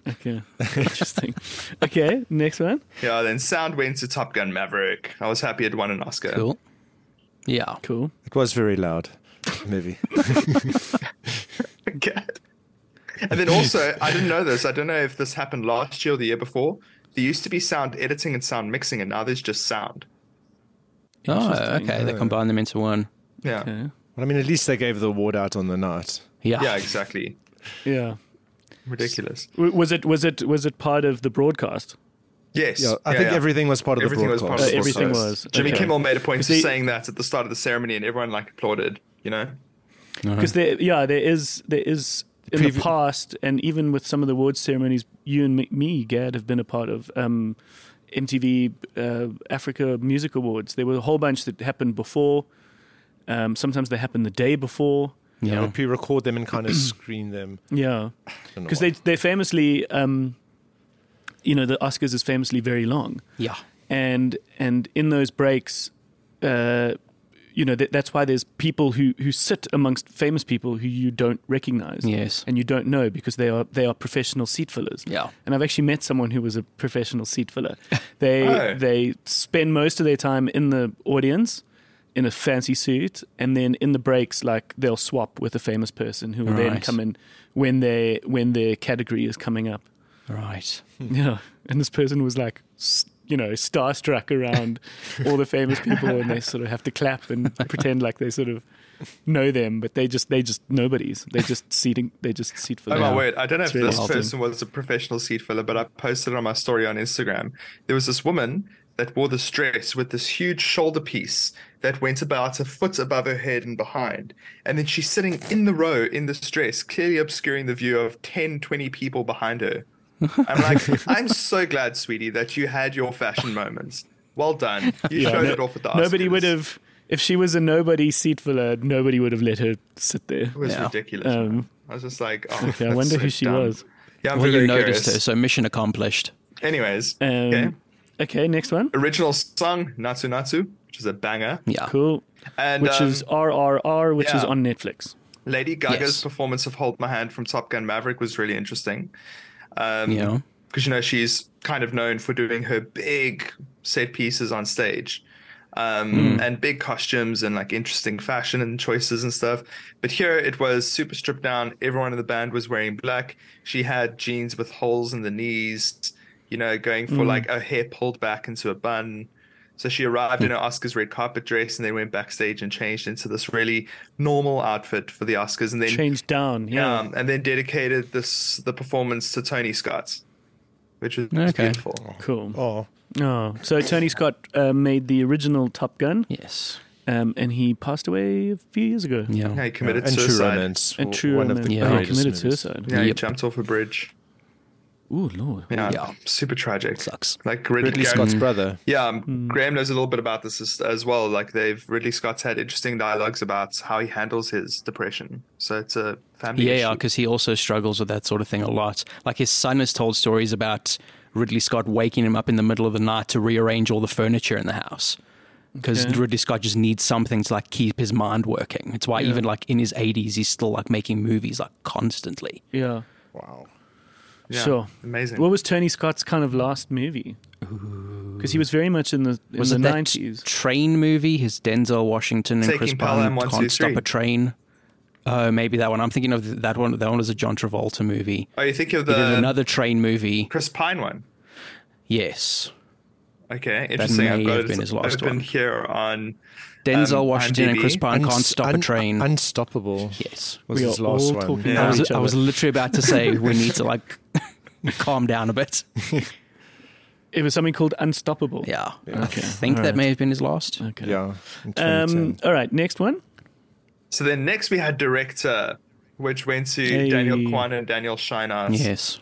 Speaker 1: Okay, interesting. okay, next one.
Speaker 5: Yeah, then sound went to Top Gun Maverick. I was happy it won an Oscar.
Speaker 3: Cool. Yeah.
Speaker 1: Cool.
Speaker 4: It was very loud. Movie.
Speaker 5: God. And then also, I didn't know this. I don't know if this happened last year or the year before. There used to be sound editing and sound mixing, and now there's just sound.
Speaker 3: Oh,
Speaker 1: Interesting.
Speaker 3: okay. They combine them into one.
Speaker 5: Yeah.
Speaker 1: Okay.
Speaker 4: Well, I mean, at least they gave the award out on the night.
Speaker 3: Yeah.
Speaker 5: Yeah, exactly.
Speaker 1: Yeah.
Speaker 5: Ridiculous.
Speaker 1: W- Was it was it was it part of the broadcast?
Speaker 5: Yes.
Speaker 4: Yeah, I
Speaker 5: yeah,
Speaker 4: think
Speaker 5: yeah.
Speaker 4: everything was part of
Speaker 5: Everything
Speaker 4: the
Speaker 5: was
Speaker 4: broadcast.
Speaker 5: part of the
Speaker 1: Uh, everything
Speaker 5: broadcast.
Speaker 1: was,
Speaker 5: Jimmy
Speaker 1: okay.
Speaker 5: Kimmel made a point
Speaker 1: See-
Speaker 5: of saying that at the start of the ceremony, and everyone like applauded. You know,
Speaker 3: Uh-huh.
Speaker 1: because there, yeah, there is there is in the
Speaker 4: Previ-
Speaker 1: past, and even with some of the awards ceremonies, you and me- me, Gad, have been a part of. Um, MTV uh, Africa Music Awards. There were a whole bunch that happened before. Um, sometimes they happened the day before.
Speaker 4: Yeah.
Speaker 3: Yeah.
Speaker 4: Like we record them and kind of screen them.
Speaker 1: Yeah,
Speaker 4: Don't know
Speaker 1: because
Speaker 4: why.
Speaker 1: they they famously, um, you know, the Oscars is famously very long.
Speaker 3: Yeah.
Speaker 1: and and in those breaks, uh, you know th- that's why there's people who who sit amongst famous people who you don't recognize,
Speaker 3: Yes.
Speaker 1: and you don't know because they are they are professional seat fillers.
Speaker 3: Yeah.
Speaker 1: and I've actually met someone who was a professional seat filler. They
Speaker 5: Oh.
Speaker 1: they spend most of their time in the audience. In a fancy suit, and then in the breaks, like they'll swap with a famous person who will then
Speaker 3: Right.
Speaker 1: come in when they when their category is coming up.
Speaker 3: Right.
Speaker 1: Yeah, and this person was like, s- you know, starstruck around all the famous people, and they sort of have to clap and pretend like they sort of know them, but they just they just nobodies. They just seating. They just seat for.
Speaker 5: Oh my
Speaker 1: them.
Speaker 5: word! I don't know
Speaker 1: It's
Speaker 5: if
Speaker 1: really
Speaker 5: this
Speaker 1: awesome.
Speaker 5: person was a professional seat filler, but I posted it on my story on Instagram. There was this woman that wore this dress with this huge shoulder piece that went about a foot above her head and behind, and then she's sitting in the row in this dress, clearly obscuring the view of 10, 20 people behind her. I'm like, I'm so glad, sweetie, that you had your fashion moments. Well done. You
Speaker 1: Yeah,
Speaker 5: showed
Speaker 1: no-
Speaker 5: it off at the
Speaker 1: Nobody
Speaker 5: Oscars.
Speaker 1: would have if she was a nobody seat filler. Nobody would have let her sit there.
Speaker 5: It was
Speaker 3: Yeah.
Speaker 5: ridiculous.
Speaker 1: Um,
Speaker 5: man. I was just like, oh,
Speaker 1: Yeah, I
Speaker 5: that's
Speaker 1: wonder
Speaker 5: so
Speaker 1: who she
Speaker 5: dumb.
Speaker 1: was.
Speaker 5: Yeah, I'm
Speaker 3: Well,
Speaker 5: very
Speaker 3: you noticed her,
Speaker 5: curious.
Speaker 3: so mission accomplished.
Speaker 5: Anyways,
Speaker 1: Um,
Speaker 5: okay.
Speaker 1: okay, next one.
Speaker 5: original song Natsu Natsu, which is a banger,
Speaker 3: Yeah.
Speaker 1: Cool.
Speaker 5: and
Speaker 1: Which
Speaker 5: um,
Speaker 1: is RRR, which is
Speaker 5: yeah.
Speaker 1: on Netflix.
Speaker 5: Lady Gaga's
Speaker 3: Yes.
Speaker 5: performance of "Hold My Hand" from Top Gun Maverick was really interesting. Um,
Speaker 3: Yeah.
Speaker 5: because you know she's kind of known for doing her big set pieces on stage um, and big costumes and like interesting fashion and choices and stuff but here it was super stripped down everyone in the band was wearing black she had jeans with holes in the knees you know going for like a hair pulled back into a bun so she arrived in her Oscars red carpet dress and then went backstage and changed into this really normal outfit for the Oscars and then
Speaker 1: Changed down.
Speaker 3: Mm.
Speaker 1: Yeah.
Speaker 5: um, and then dedicated this the performance to Tony Scott, which was
Speaker 3: Okay.
Speaker 5: beautiful.
Speaker 1: Cool.
Speaker 4: Oh,
Speaker 1: Oh, so Tony Scott uh, made the original Top Gun,
Speaker 3: Yes.
Speaker 1: um, and he passed away a few years ago.
Speaker 5: Yeah,
Speaker 3: Yeah.
Speaker 5: he committed
Speaker 4: and True
Speaker 5: suicide.
Speaker 4: Romance.
Speaker 1: And
Speaker 4: w-
Speaker 1: true,
Speaker 4: one of
Speaker 1: Romance.
Speaker 4: the
Speaker 3: Yeah.
Speaker 1: Oh, he
Speaker 4: greatest
Speaker 1: committed
Speaker 4: movies.
Speaker 1: suicide.
Speaker 5: Yeah, he
Speaker 3: Yep.
Speaker 5: jumped off a bridge.
Speaker 1: Ooh, lord.
Speaker 5: Yeah,
Speaker 3: Yeah.
Speaker 5: super tragic.
Speaker 3: Sucks. Mm.
Speaker 5: Like Ridley,
Speaker 4: Ridley
Speaker 5: Graham-
Speaker 4: Scott's brother.
Speaker 5: Yeah, um, Graham knows a little bit about this as, as well. Like they've Ridley Scott's had interesting dialogues about how he handles his depression. So it's a family.
Speaker 3: Yeah,
Speaker 5: issue.
Speaker 3: because he also struggles with that sort of thing a lot. Like his son has told stories about Ridley Scott waking him up in the middle of the night to rearrange all the furniture in the house. Because
Speaker 1: Okay.
Speaker 3: Ridley Scott just needs something to like keep his mind working. It's why even like in his eighties, he's still like making movies like constantly.
Speaker 1: Yeah.
Speaker 4: Wow.
Speaker 5: Yeah,
Speaker 1: Sure.
Speaker 5: amazing.
Speaker 1: What was Tony Scott's kind of last movie? Because he was very much in the in
Speaker 3: Was
Speaker 1: the
Speaker 3: it that
Speaker 1: nineties.
Speaker 3: train movie? His Denzel Washington and
Speaker 5: Taking
Speaker 3: Chris
Speaker 5: Pal
Speaker 3: Pine
Speaker 5: M one, two,
Speaker 3: can't stop
Speaker 5: three.
Speaker 3: a train. Oh, maybe that one. I'm thinking of that one. That one was a John Travolta movie.
Speaker 5: oh, you think of
Speaker 3: He did
Speaker 5: the
Speaker 3: another train movie.
Speaker 5: Chris Pine one?
Speaker 3: Yes,
Speaker 5: Okay, interesting.
Speaker 3: may
Speaker 5: I've got
Speaker 3: have
Speaker 5: it
Speaker 3: been his last
Speaker 5: open
Speaker 3: one.
Speaker 5: here on
Speaker 3: Denzel
Speaker 5: Um,
Speaker 3: Washington and
Speaker 5: IMDb.
Speaker 3: Chris Pine can't
Speaker 4: Uns-
Speaker 3: stop a
Speaker 4: un-
Speaker 3: train.
Speaker 4: Unstoppable
Speaker 3: yes,
Speaker 4: was
Speaker 1: We
Speaker 4: his
Speaker 1: are
Speaker 4: last
Speaker 1: all
Speaker 4: one.
Speaker 1: talking
Speaker 5: Yeah.
Speaker 3: I
Speaker 1: about
Speaker 3: was,
Speaker 1: each
Speaker 3: I
Speaker 1: other.
Speaker 3: was literally about to say we need to like calm down a bit.
Speaker 1: it was something called Unstoppable.
Speaker 3: Yeah, I think that may have been his last.
Speaker 1: Okay.
Speaker 4: Yeah. in 2010.
Speaker 1: Um, all right, next one.
Speaker 5: So then next we had director, which went to
Speaker 1: Hey.
Speaker 5: Daniel Kwan and Daniel Scheiners.
Speaker 3: Yes,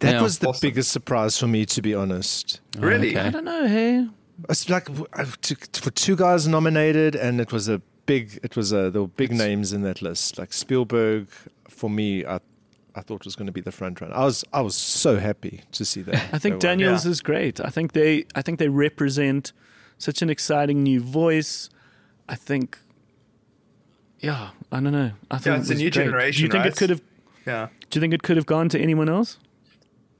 Speaker 4: that
Speaker 3: yeah.
Speaker 4: was the
Speaker 5: Awesome.
Speaker 4: biggest surprise for me, to be honest.
Speaker 1: Oh,
Speaker 5: Really?
Speaker 3: Okay.
Speaker 1: I don't know. Hey,
Speaker 4: It's like w- I- to- for two guys nominated, and it was a big. It was a there were big names in that list. Like Spielberg, for me, I I thought was going to be the front runner. I was I was so happy to see that.
Speaker 1: I think
Speaker 4: they won.
Speaker 1: Daniels
Speaker 5: Yeah.
Speaker 1: is great. I think they I think they represent such an exciting new voice. I think yeah, I don't know. I think
Speaker 5: it's
Speaker 1: it
Speaker 5: a
Speaker 1: was
Speaker 5: new
Speaker 1: great. Do
Speaker 5: generation,
Speaker 1: you think
Speaker 5: right?
Speaker 1: it could have
Speaker 5: Yeah.
Speaker 1: do you think it could have gone to anyone else?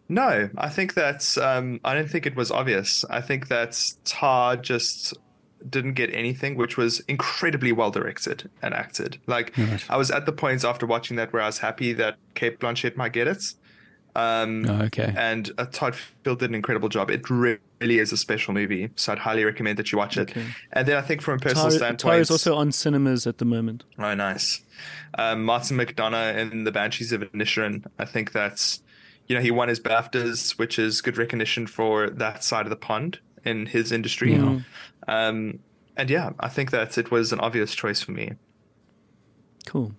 Speaker 5: No, I think that's. Um, I don't think it was obvious. I think that Tar just didn't get anything, which was incredibly well directed and acted. Like I was at the points after watching that where I was happy that Kate Blanchett might get it. Um,
Speaker 3: Oh, okay.
Speaker 5: And uh, Todd Field did an incredible job. It re- really is a special movie, so I'd highly recommend that you watch it. And then I think from a personal
Speaker 1: Tara,
Speaker 5: standpoint,
Speaker 1: Tara is also on cinemas at the moment.
Speaker 5: Oh, nice. Um, Martin McDonough in The Banshees of Inisherin. I think that's, you know, he won his BAFTAs, which is good recognition for that side of the pond in his industry. Um, and yeah, I think that it was an obvious choice for me.
Speaker 1: Cool.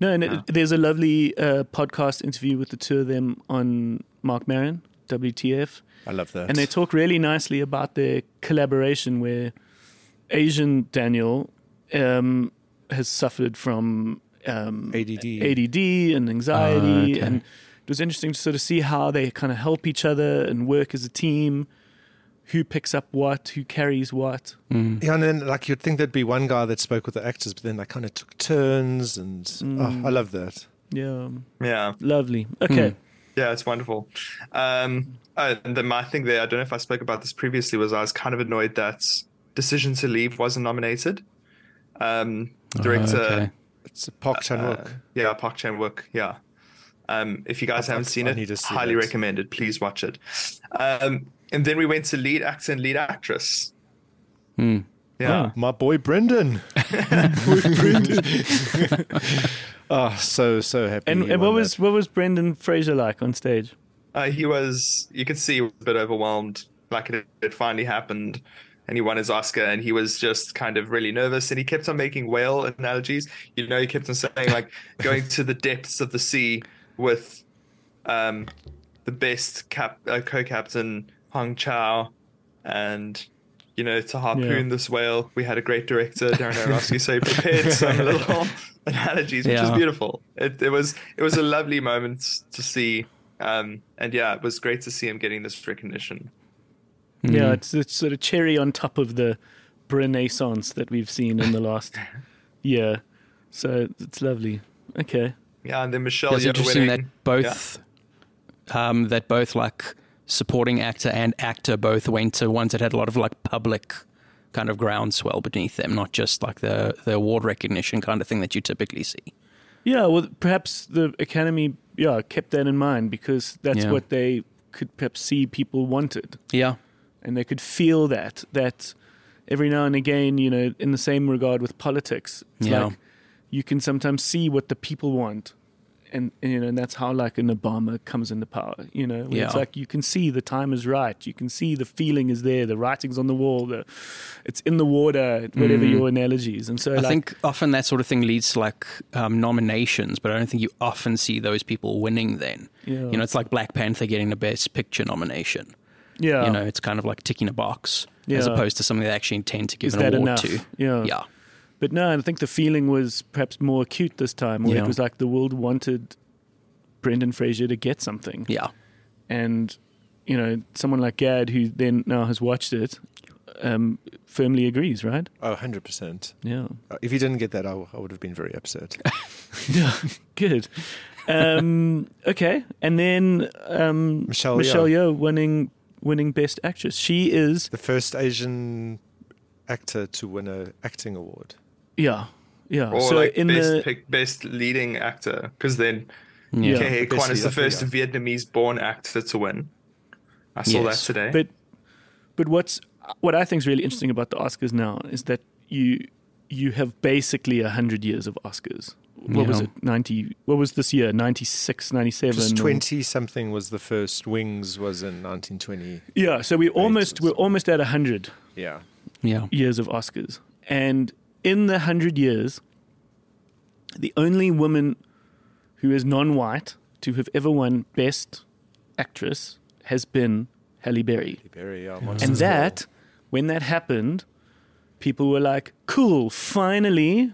Speaker 1: No, and it, there's a lovely uh, podcast interview with the two of them on Mark Maron, WTF.
Speaker 4: I love that.
Speaker 1: And they talk really nicely about their collaboration where Asian Daniel um, has suffered from um,
Speaker 4: ADD.
Speaker 1: ADD and anxiety.
Speaker 3: Ah, okay.
Speaker 1: And it was interesting to sort of see how they kind of help each other and work as a team. Who picks up what? Who carries what?
Speaker 4: Yeah, and then like you'd think there'd be one guy that spoke with the actors, but then they kind of took turns, and
Speaker 1: Mm.
Speaker 4: oh, I love that.
Speaker 1: Yeah,
Speaker 5: Yeah.
Speaker 1: lovely. Okay,
Speaker 5: Yeah, it's wonderful. Um, uh, and then my thing there, I don't know if I spoke about this previously, was I was kind of annoyed that Decision to Leave wasn't nominated. Um, director,
Speaker 3: okay.
Speaker 4: It's a
Speaker 1: Uh,
Speaker 4: Park Uh, Chan Wook.
Speaker 5: Uh, yeah, Park Chan Wook, yeah. Um, if you guys haven't seen
Speaker 4: I
Speaker 5: it,
Speaker 4: need to see
Speaker 5: highly
Speaker 4: that.
Speaker 5: recommend it. Please watch it. Um, and then we went to lead actor and lead actress.
Speaker 4: Hmm.
Speaker 5: Yeah.
Speaker 4: My boy Brendan. oh, so so happy.
Speaker 1: and,
Speaker 4: he
Speaker 1: and what
Speaker 4: won
Speaker 1: was
Speaker 4: that.
Speaker 1: what was Brendan Fraser like on stage?
Speaker 5: Uh, he was, you could see, he was a bit overwhelmed, like it, it finally happened, and he won his Oscar, and he was just kind of really nervous, and he kept on making whale analogies. You know, he kept on saying like going to the depths of the sea with um, the best cap uh, co-captain Hong Chow, and you know to harpoon
Speaker 1: Yeah.
Speaker 5: this whale. We had a great director, Darren Aronofsky, so he prepared some little analogies, which is
Speaker 3: Yeah.
Speaker 5: beautiful. It, it was it was a lovely moment to see, um, and yeah, it was great to see him getting this recognition.
Speaker 3: Hmm. Mm-hmm.
Speaker 1: Yeah, it's, it's sort of cherry on top of the renaissance that we've seen in the last year. So it's lovely. Okay.
Speaker 5: Yeah, and then Michelle,
Speaker 3: That's
Speaker 5: Yeoh
Speaker 3: interesting that
Speaker 5: winning.
Speaker 3: both, um, that both like supporting actor and actor both went to ones that had a lot of like public kind of groundswell beneath them, not just like the the award recognition kind of thing that you typically see.
Speaker 1: Yeah, well, perhaps the Academy, yeah, kept that in mind because that's
Speaker 3: Yeah.
Speaker 1: what they could perhaps see people wanted.
Speaker 3: Yeah,
Speaker 1: and they could feel that that every now and again you know in the same regard with politics it's
Speaker 3: Yeah.
Speaker 1: like you can sometimes see what the people want and, and, you know and that's how like an obama comes into power you know where it's
Speaker 3: Yeah.
Speaker 1: like you can see the time is right you can see the feeling is there the writing's on the wall the it's in the water whatever your analogies and so
Speaker 3: Mm. I
Speaker 1: like
Speaker 3: think often that sort of thing leads to like um, nominations, but I don't think you often see those people winning. Then
Speaker 1: Yeah.
Speaker 3: you know, it's like Black Panther getting the Best Picture nomination.
Speaker 1: yeah
Speaker 3: You know, it's kind of like ticking a box
Speaker 1: Yeah.
Speaker 3: as opposed to something they actually intend to give
Speaker 1: is
Speaker 3: an
Speaker 1: that
Speaker 3: award
Speaker 1: enough
Speaker 3: to.
Speaker 1: yeah
Speaker 3: Yeah,
Speaker 1: But no, I think the feeling was perhaps more acute this time, where
Speaker 3: Yeah.
Speaker 1: it was like the world wanted Brendan Fraser to get something,
Speaker 3: yeah,
Speaker 1: and you know, someone like Gad, who then now has watched it, um, firmly agrees, right?
Speaker 4: oh, 100 percent. Uh,
Speaker 1: Yeah,
Speaker 4: If he didn't get that, I, w- I would have been very upset.
Speaker 1: good. Um, okay, and then um,
Speaker 4: Michelle,
Speaker 1: Michelle
Speaker 4: Yeoh,
Speaker 1: Yeoh winning winning Best Actress. She is
Speaker 4: the first Asian actor to win an acting award.
Speaker 1: yeah yeah.
Speaker 5: Or
Speaker 1: so
Speaker 5: like
Speaker 1: in
Speaker 5: best
Speaker 1: the
Speaker 5: pick, best leading actor, because then
Speaker 1: yeah,
Speaker 5: K.
Speaker 4: Best
Speaker 5: Kwan is the
Speaker 4: lead
Speaker 5: first
Speaker 4: actor,
Speaker 5: Vietnamese-born actor to win. I saw
Speaker 3: Yes.
Speaker 5: that today.
Speaker 1: But but what's what I think is really interesting about the Oscars now is that you you have basically hundred years of Oscars. What was
Speaker 3: Yeah.
Speaker 1: it? Ninety? What was this year? 96, 97?
Speaker 4: Just
Speaker 1: or-
Speaker 4: 20 something was the first. Wings was in 1920.
Speaker 1: Yeah. So we almost
Speaker 4: or
Speaker 1: we're almost at hundred
Speaker 4: Yeah.
Speaker 3: yeah.
Speaker 1: years of Oscars, and in the hundred years, the only woman who is non-white to have ever won Best Actress has been Halle Berry.
Speaker 4: Very, yeah.
Speaker 1: And that, when that happened, people were like, cool, finally,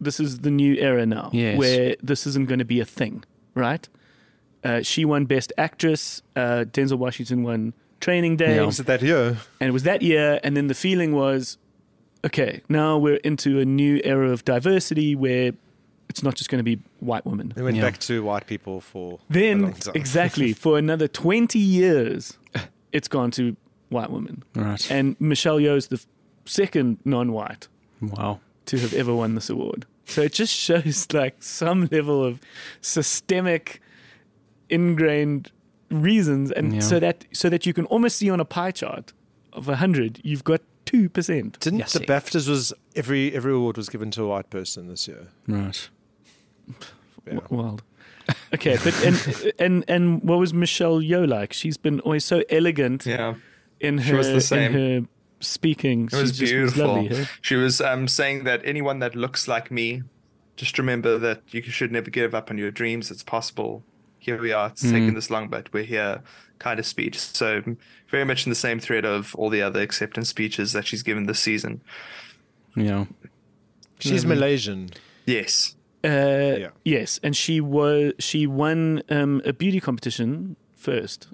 Speaker 1: this is the new era now
Speaker 3: Yes.
Speaker 1: where this isn't going to be a thing, right? Uh, she won Best Actress, uh, Denzel Washington won Training Day,
Speaker 3: Yeah.
Speaker 4: was it that year?
Speaker 1: and it was that year. And then the feeling was, okay, now we're into a new era of diversity where it's not just going to be white women.
Speaker 4: They went
Speaker 3: Yeah.
Speaker 4: back to white people for a long
Speaker 1: Then,
Speaker 4: time.
Speaker 1: exactly, for another 20 years, it's gone to white women
Speaker 3: Right.
Speaker 1: and Michelle Yeoh is the f- second non-white
Speaker 3: wow.
Speaker 1: to have ever won this award. So it just shows like some level of systemic, ingrained reasons, and
Speaker 3: Yeah.
Speaker 1: so that so that you can almost see on a pie chart of hundred, you've got two percent.
Speaker 4: Didn't
Speaker 3: Yes,
Speaker 4: the
Speaker 3: it-
Speaker 4: BAFTAs was every every award was given to a white person this year?
Speaker 3: Right.
Speaker 4: Yeah.
Speaker 1: Wild. Okay, but and and and what was Michelle Yeoh like? She's been always so elegant
Speaker 5: Yeah.
Speaker 1: in her
Speaker 5: she was the same.
Speaker 1: in her speaking.
Speaker 5: It was
Speaker 1: she just
Speaker 5: beautiful.
Speaker 1: was lovely. Her.
Speaker 5: She was um, saying that anyone that looks like me, just remember that you should never give up on your dreams. It's possible. Here we are. It's
Speaker 1: Hmm.
Speaker 5: taken this long, but we're here. Kind of speech. So very much in the same thread of all the other acceptance speeches that she's given this season.
Speaker 3: Yeah.
Speaker 4: She's Malaysian.
Speaker 5: Yes.
Speaker 1: Uh,
Speaker 4: Yeah.
Speaker 1: Yes, and she was she won um, a beauty competition first.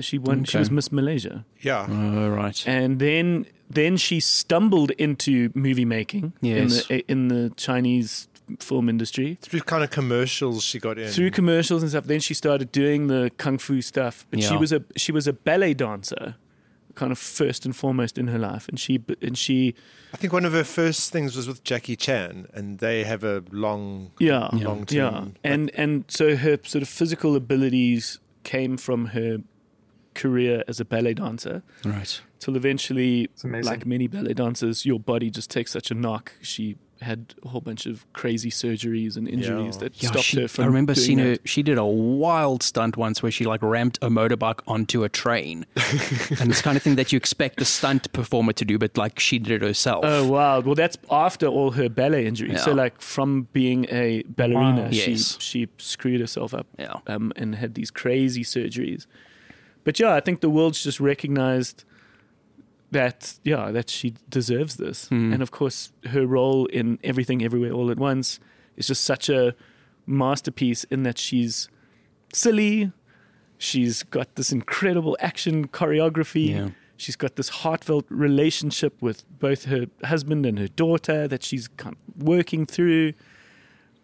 Speaker 1: She won. She
Speaker 3: Okay.
Speaker 1: was Miss Malaysia,
Speaker 4: Yeah.
Speaker 3: Oh, right.
Speaker 1: and then then she stumbled into movie making
Speaker 3: Yes.
Speaker 1: in the in the Chinese film industry
Speaker 4: Through kind of commercials she got in.
Speaker 1: through commercials and stuff. Then she started doing the kung fu stuff. But she
Speaker 3: Yeah.
Speaker 1: was a she was a ballet dancer, kind of first and foremost in her life, and she and she
Speaker 4: I think one of her first things was with Jackie Chan, and they have a long,
Speaker 1: yeah
Speaker 4: long
Speaker 1: yeah
Speaker 4: term.
Speaker 1: and and so her sort of physical abilities came from her career as a ballet dancer
Speaker 3: Right.
Speaker 1: till eventually
Speaker 5: amazing.
Speaker 1: like many ballet dancers your body just takes such a knock she had a whole bunch of crazy surgeries and injuries
Speaker 4: Yeah.
Speaker 1: that
Speaker 3: Yeah,
Speaker 1: stopped
Speaker 3: she-
Speaker 1: her from
Speaker 3: I remember
Speaker 1: doing
Speaker 3: seeing
Speaker 1: that.
Speaker 3: her. She did a wild stunt once where she like ramped a motorbike onto a train, and it's the kind of thing that you expect a stunt performer to do, but like she did it herself.
Speaker 1: Oh wow! Well, that's after all her ballet injuries. So,
Speaker 3: Yeah.
Speaker 1: like from being a ballerina,
Speaker 3: Wow.
Speaker 1: she
Speaker 3: Yes.
Speaker 1: she screwed herself up
Speaker 3: Yeah.
Speaker 1: um, and had these crazy surgeries. But yeah, I think the world's just recognized that yeah that she deserves this, and of course her role in Everything Everywhere All at Once is just such a masterpiece in that she's silly, she's got this incredible action choreography.
Speaker 3: Yeah.
Speaker 1: She's got this heartfelt relationship with both her husband and her daughter that she's kind of working through.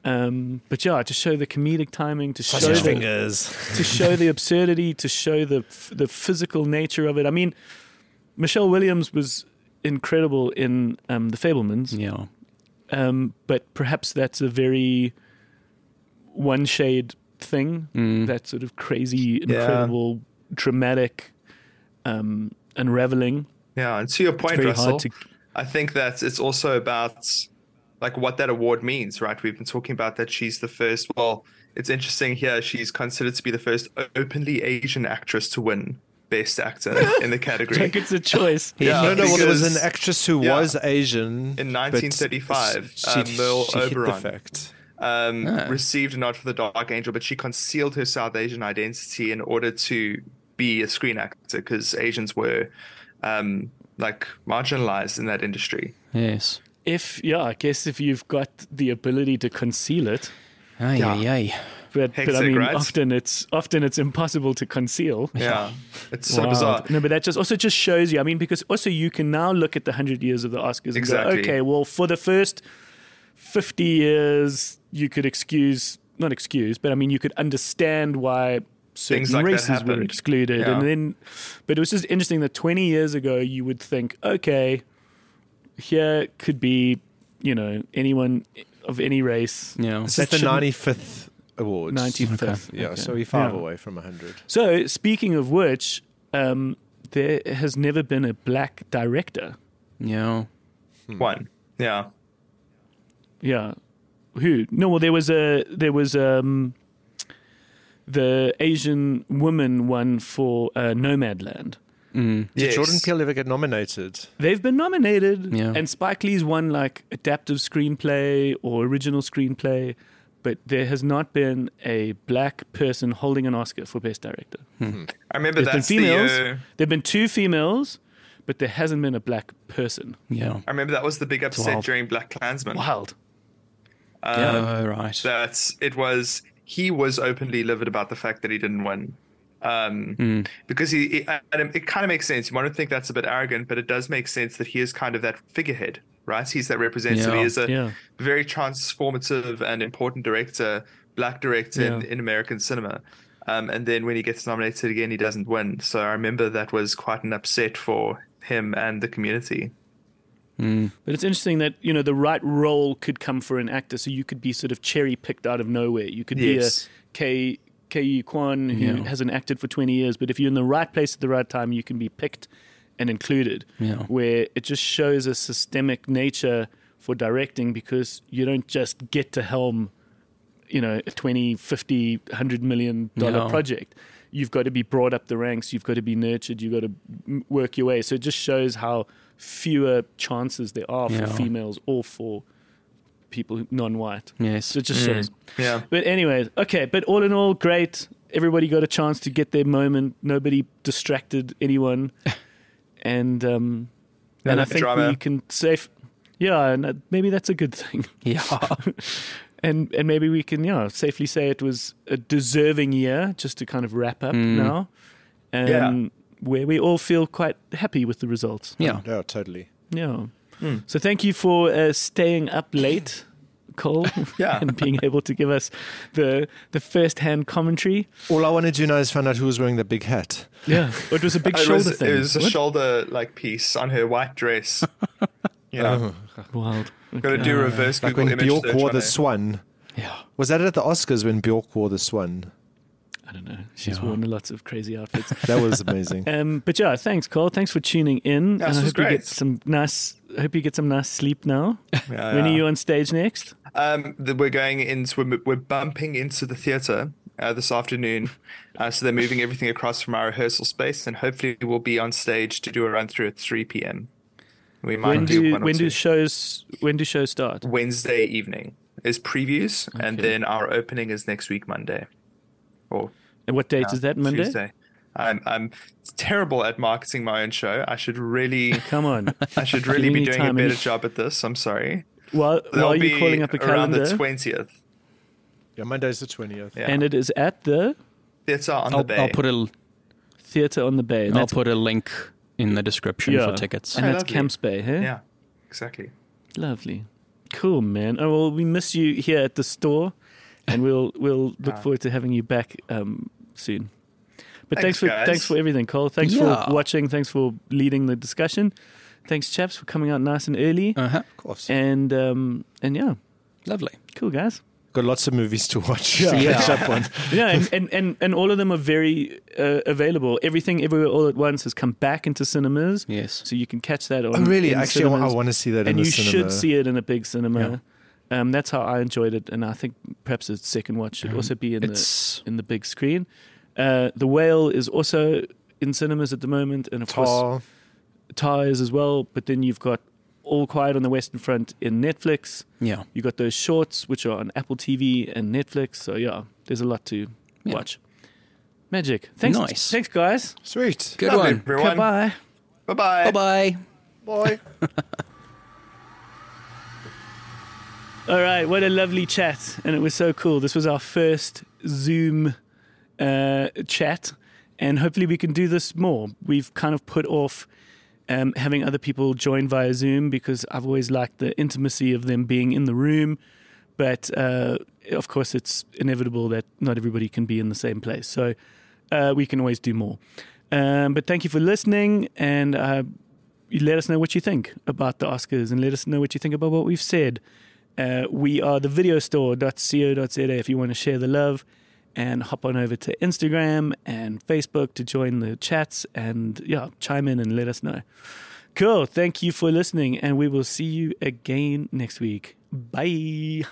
Speaker 1: Um, but yeah, to show the comedic timing, to show
Speaker 4: Sausage
Speaker 1: the,
Speaker 4: fingers.
Speaker 1: to show the absurdity, to show the f- the physical nature of it. I mean, Michelle Williams was incredible in um, The Fablemans,
Speaker 3: Yeah.
Speaker 1: um, but perhaps that's a very one shade thing. That sort of crazy, incredible, dramatic um, unraveling.
Speaker 5: Yeah. And to your point,
Speaker 1: very
Speaker 5: Russell,
Speaker 1: hard to-
Speaker 5: I think that it's also about like what that award means, right? We've been talking about that she's the first. Well, it's interesting here. She's considered to be the first o- openly Asian actress to win Best Actor in the category.
Speaker 1: Like it's a choice.
Speaker 5: Yeah,
Speaker 4: no, no, well, there was
Speaker 5: because-
Speaker 4: an actress who
Speaker 5: yeah.
Speaker 4: was Asian.
Speaker 5: In
Speaker 4: but
Speaker 5: 1935,
Speaker 4: she,
Speaker 5: uh, Merle
Speaker 4: she hid the
Speaker 5: Oberon.
Speaker 4: fact.
Speaker 5: um,
Speaker 1: Ah.
Speaker 5: received a nod for the Dark Angel, but she concealed her South Asian identity in order to be a screen actor because Asians were um, like marginalized in that industry.
Speaker 3: Yes.
Speaker 1: If yeah, I guess if you've got the ability to conceal it,
Speaker 3: Ay, ay, ay.
Speaker 1: but, but I
Speaker 5: Hexag,
Speaker 1: mean,
Speaker 5: right?
Speaker 1: often it's often it's impossible to conceal.
Speaker 5: Yeah, it's so
Speaker 1: Wow.
Speaker 5: bizarre.
Speaker 1: No, but that just also just shows you. I mean, because also you can now look at the hundred years of the Oscars
Speaker 5: Exactly.
Speaker 1: and go, okay, well, for the first fifty years, you could excuse not excuse, but I mean, you could understand why certain
Speaker 5: Things like that
Speaker 1: races were
Speaker 5: happened.
Speaker 1: excluded, and
Speaker 5: Yeah.
Speaker 1: then. But it was just interesting that twenty years ago, you would think, okay, here could be, you know, anyone of any race.
Speaker 3: Yeah.
Speaker 4: This
Speaker 1: That
Speaker 4: is the
Speaker 1: shouldn't-
Speaker 4: 95th awards.
Speaker 1: Ninety fifth.
Speaker 4: Yeah, so we're five
Speaker 1: Yeah.
Speaker 4: away from 100.
Speaker 1: So, speaking of which, um, there has never been a black director.
Speaker 3: Yeah.
Speaker 1: Hmm.
Speaker 5: One, yeah,
Speaker 1: Yeah. Who? No, well, there was a there was um the Asian woman one for uh, Nomadland.
Speaker 4: Did
Speaker 5: Yes.
Speaker 4: Jordan Peele ever get nominated?
Speaker 1: They've been nominated,
Speaker 3: Yeah.
Speaker 1: and Spike Lee's won like adaptive screenplay or original screenplay, but there has not been a black person holding an Oscar for best director.
Speaker 5: I remember
Speaker 1: There's been
Speaker 5: that's
Speaker 1: females.
Speaker 5: the. uh, year-
Speaker 1: There've been two females, but there hasn't been a black person.
Speaker 3: Yeah.
Speaker 5: I remember that was the big upset
Speaker 3: Twelve.
Speaker 5: during Black Klansman.
Speaker 1: Wild. Uh,
Speaker 3: oh, right.
Speaker 5: that it was he was openly livid about the fact that he didn't win um
Speaker 1: Hmm.
Speaker 5: because he, he- and it kind of makes sense you might think that's a bit arrogant but it does make sense that he is kind of that figurehead right he's that representative
Speaker 3: Yeah.
Speaker 5: he is a
Speaker 1: Yeah.
Speaker 5: very transformative and important director black director in,
Speaker 1: Yeah.
Speaker 5: in american cinema um, and then when he gets nominated again he doesn't win so i remember that was quite an upset for him and the community
Speaker 1: But it's interesting that you know the right role could come for an actor, so you could be sort of cherry picked out of nowhere. You could
Speaker 5: Yes.
Speaker 1: be a K. K.E. Kwan, who
Speaker 3: Yeah.
Speaker 1: hasn't acted for 20 years, but if you're in the right place at the right time, you can be picked and included.
Speaker 3: Yeah.
Speaker 1: Where it just shows a systemic nature for directing because you don't just get to helm you know, a 20, 50, 100 million dollar
Speaker 3: Yeah.
Speaker 1: project. You've got to be brought up the ranks, you've got to be nurtured, you've got to m- work your way. So it just shows how fewer chances there are for
Speaker 3: Yeah.
Speaker 1: females or for people who- non-white.
Speaker 3: Yes.
Speaker 1: So it just
Speaker 3: Mm.
Speaker 1: shows.
Speaker 5: Yeah.
Speaker 1: But anyway, okay. But all in all, great. Everybody got a chance to get their moment. Nobody distracted anyone, and um, and I
Speaker 5: no
Speaker 1: think
Speaker 5: drama.
Speaker 1: we can safe. Yeah, and uh, maybe that's a good thing.
Speaker 3: Yeah.
Speaker 1: And and maybe we can yeah safely say it was a deserving year. Just to kind of wrap up now, and
Speaker 5: Yeah.
Speaker 1: where we all feel quite happy with the results.
Speaker 3: Mm. Yeah.
Speaker 4: Yeah, totally.
Speaker 1: Yeah. So thank you for uh, staying up late, Cole,
Speaker 5: Yeah.
Speaker 1: and being able to give us the the first hand commentary.
Speaker 4: All I wanted to know is find out who was wearing the big hat.
Speaker 1: Yeah, it was a big
Speaker 5: It
Speaker 1: shoulder
Speaker 5: was,
Speaker 1: thing.
Speaker 5: it was a
Speaker 1: What?
Speaker 5: shoulder like piece on her white dress. Yeah,
Speaker 1: Oh, Wild.
Speaker 5: got to do reverse
Speaker 4: Like
Speaker 5: Google
Speaker 4: when
Speaker 5: image
Speaker 4: Bjork
Speaker 5: search
Speaker 4: wore
Speaker 5: on
Speaker 4: the
Speaker 5: her.
Speaker 4: swan.
Speaker 3: Yeah.
Speaker 4: Was that at the Oscars when Bjork wore the swan?
Speaker 1: I don't know. She's worn lots of crazy outfits.
Speaker 4: That was amazing.
Speaker 1: Um, but yeah, thanks, Cole. Thanks for tuning in. I
Speaker 5: Yeah, this was
Speaker 1: hope you
Speaker 5: great.
Speaker 1: get some nice. I hope you get some nice sleep now.
Speaker 5: Yeah,
Speaker 1: When are
Speaker 5: yeah.
Speaker 1: you on stage next?
Speaker 5: Um, the, we're going into we're, we're bumping into the theater uh, this afternoon, uh, so they're moving everything across from our rehearsal space, and hopefully we'll be on stage to do a run through at three p.m. We might
Speaker 1: When
Speaker 5: do,
Speaker 1: do
Speaker 5: one or
Speaker 1: when do
Speaker 5: two.
Speaker 1: shows when do shows start?
Speaker 5: Wednesday evening is previews, and then our opening is next week Monday, or
Speaker 1: And what date is that? Monday.
Speaker 5: Tuesday. I'm I'm terrible at marketing my own show. I should really
Speaker 1: Come on.
Speaker 5: I should really
Speaker 1: Giving
Speaker 5: be
Speaker 1: you
Speaker 5: doing a
Speaker 1: time,
Speaker 5: better
Speaker 1: any-
Speaker 5: job at this. I'm sorry.
Speaker 1: while
Speaker 5: They'll
Speaker 1: while
Speaker 5: be
Speaker 1: you're calling up a
Speaker 5: around
Speaker 1: calendar,
Speaker 5: the twentieth.
Speaker 4: Yeah, Monday's the 20th.
Speaker 5: Yeah.
Speaker 1: and it is at the
Speaker 5: It's on the
Speaker 3: I'll,
Speaker 5: bay.
Speaker 3: I'll put a
Speaker 1: theatre on the bay. And
Speaker 3: I'll
Speaker 1: that's,
Speaker 3: put a link in the description
Speaker 1: Yeah.
Speaker 3: for tickets.
Speaker 1: and
Speaker 5: Oh,
Speaker 1: that's
Speaker 5: lovely.
Speaker 1: Camps Bay, hey?
Speaker 5: yeah, exactly.
Speaker 1: Lovely. Cool, man. Oh well, we miss you here at the store, and we'll we'll look forward to having you back um, soon. But thanks,
Speaker 5: Thanks,
Speaker 1: for
Speaker 5: guys.
Speaker 1: thanks for everything, Cole. Thanks
Speaker 3: Yeah.
Speaker 1: for watching. Thanks for leading the discussion. Thanks, chaps, for coming out nice and early.
Speaker 3: Uh-huh.
Speaker 4: Of course.
Speaker 1: And um, and yeah,
Speaker 3: Lovely.
Speaker 1: cool guys.
Speaker 4: Got lots of movies to watch. Yeah.
Speaker 1: yeah, and, and, and, and all of them are very uh, available. Everything Everywhere All at Once has come back into cinemas.
Speaker 3: Yes.
Speaker 1: So you can catch that on.
Speaker 4: Oh, really?
Speaker 1: in
Speaker 4: Actually, I wa- I
Speaker 1: cinemas.
Speaker 4: want to see that in
Speaker 1: and
Speaker 4: the
Speaker 1: you
Speaker 4: cinema.
Speaker 1: should see it in a big cinema. Um, that's how I enjoyed it, and I think perhaps a second watch should also be in
Speaker 3: it's-
Speaker 1: the in the big screen. Uh, the Whale is also in cinemas at the moment, and of course
Speaker 4: Tar.
Speaker 1: Tar is as well. But then you've got All Quiet on the Western Front in Netflix.
Speaker 3: Yeah.
Speaker 1: You got those shorts, which are on Apple TV and Netflix. So yeah, there's a lot to
Speaker 3: Yeah.
Speaker 1: watch. Magic. Thanks.
Speaker 3: Nice.
Speaker 1: Thanks, guys.
Speaker 4: Sweet.
Speaker 3: Good
Speaker 5: Lovely,
Speaker 3: one.
Speaker 5: everyone. Bye
Speaker 1: Goodbye.
Speaker 5: bye.
Speaker 3: Bye-bye.
Speaker 4: Boy.
Speaker 1: All right, what a lovely chat, and it was so cool. This was our first Zoom uh, chat, and hopefully we can do this more. We've kind of put off um, having other people join via Zoom because I've always liked the intimacy of them being in the room, but uh, of course it's inevitable that not everybody can be in the same place, so uh, we can always do more. Um, but thank you for listening, and uh, you let us know what you think about the Oscars, and let us know what you think about what we've said. Uh, we are the videostore.co.za if you want to share the love and hop on over to Instagram and Facebook to join the chats and yeah, chime in and let us know. Cool. Thank you for listening and we will see you again next week. Bye.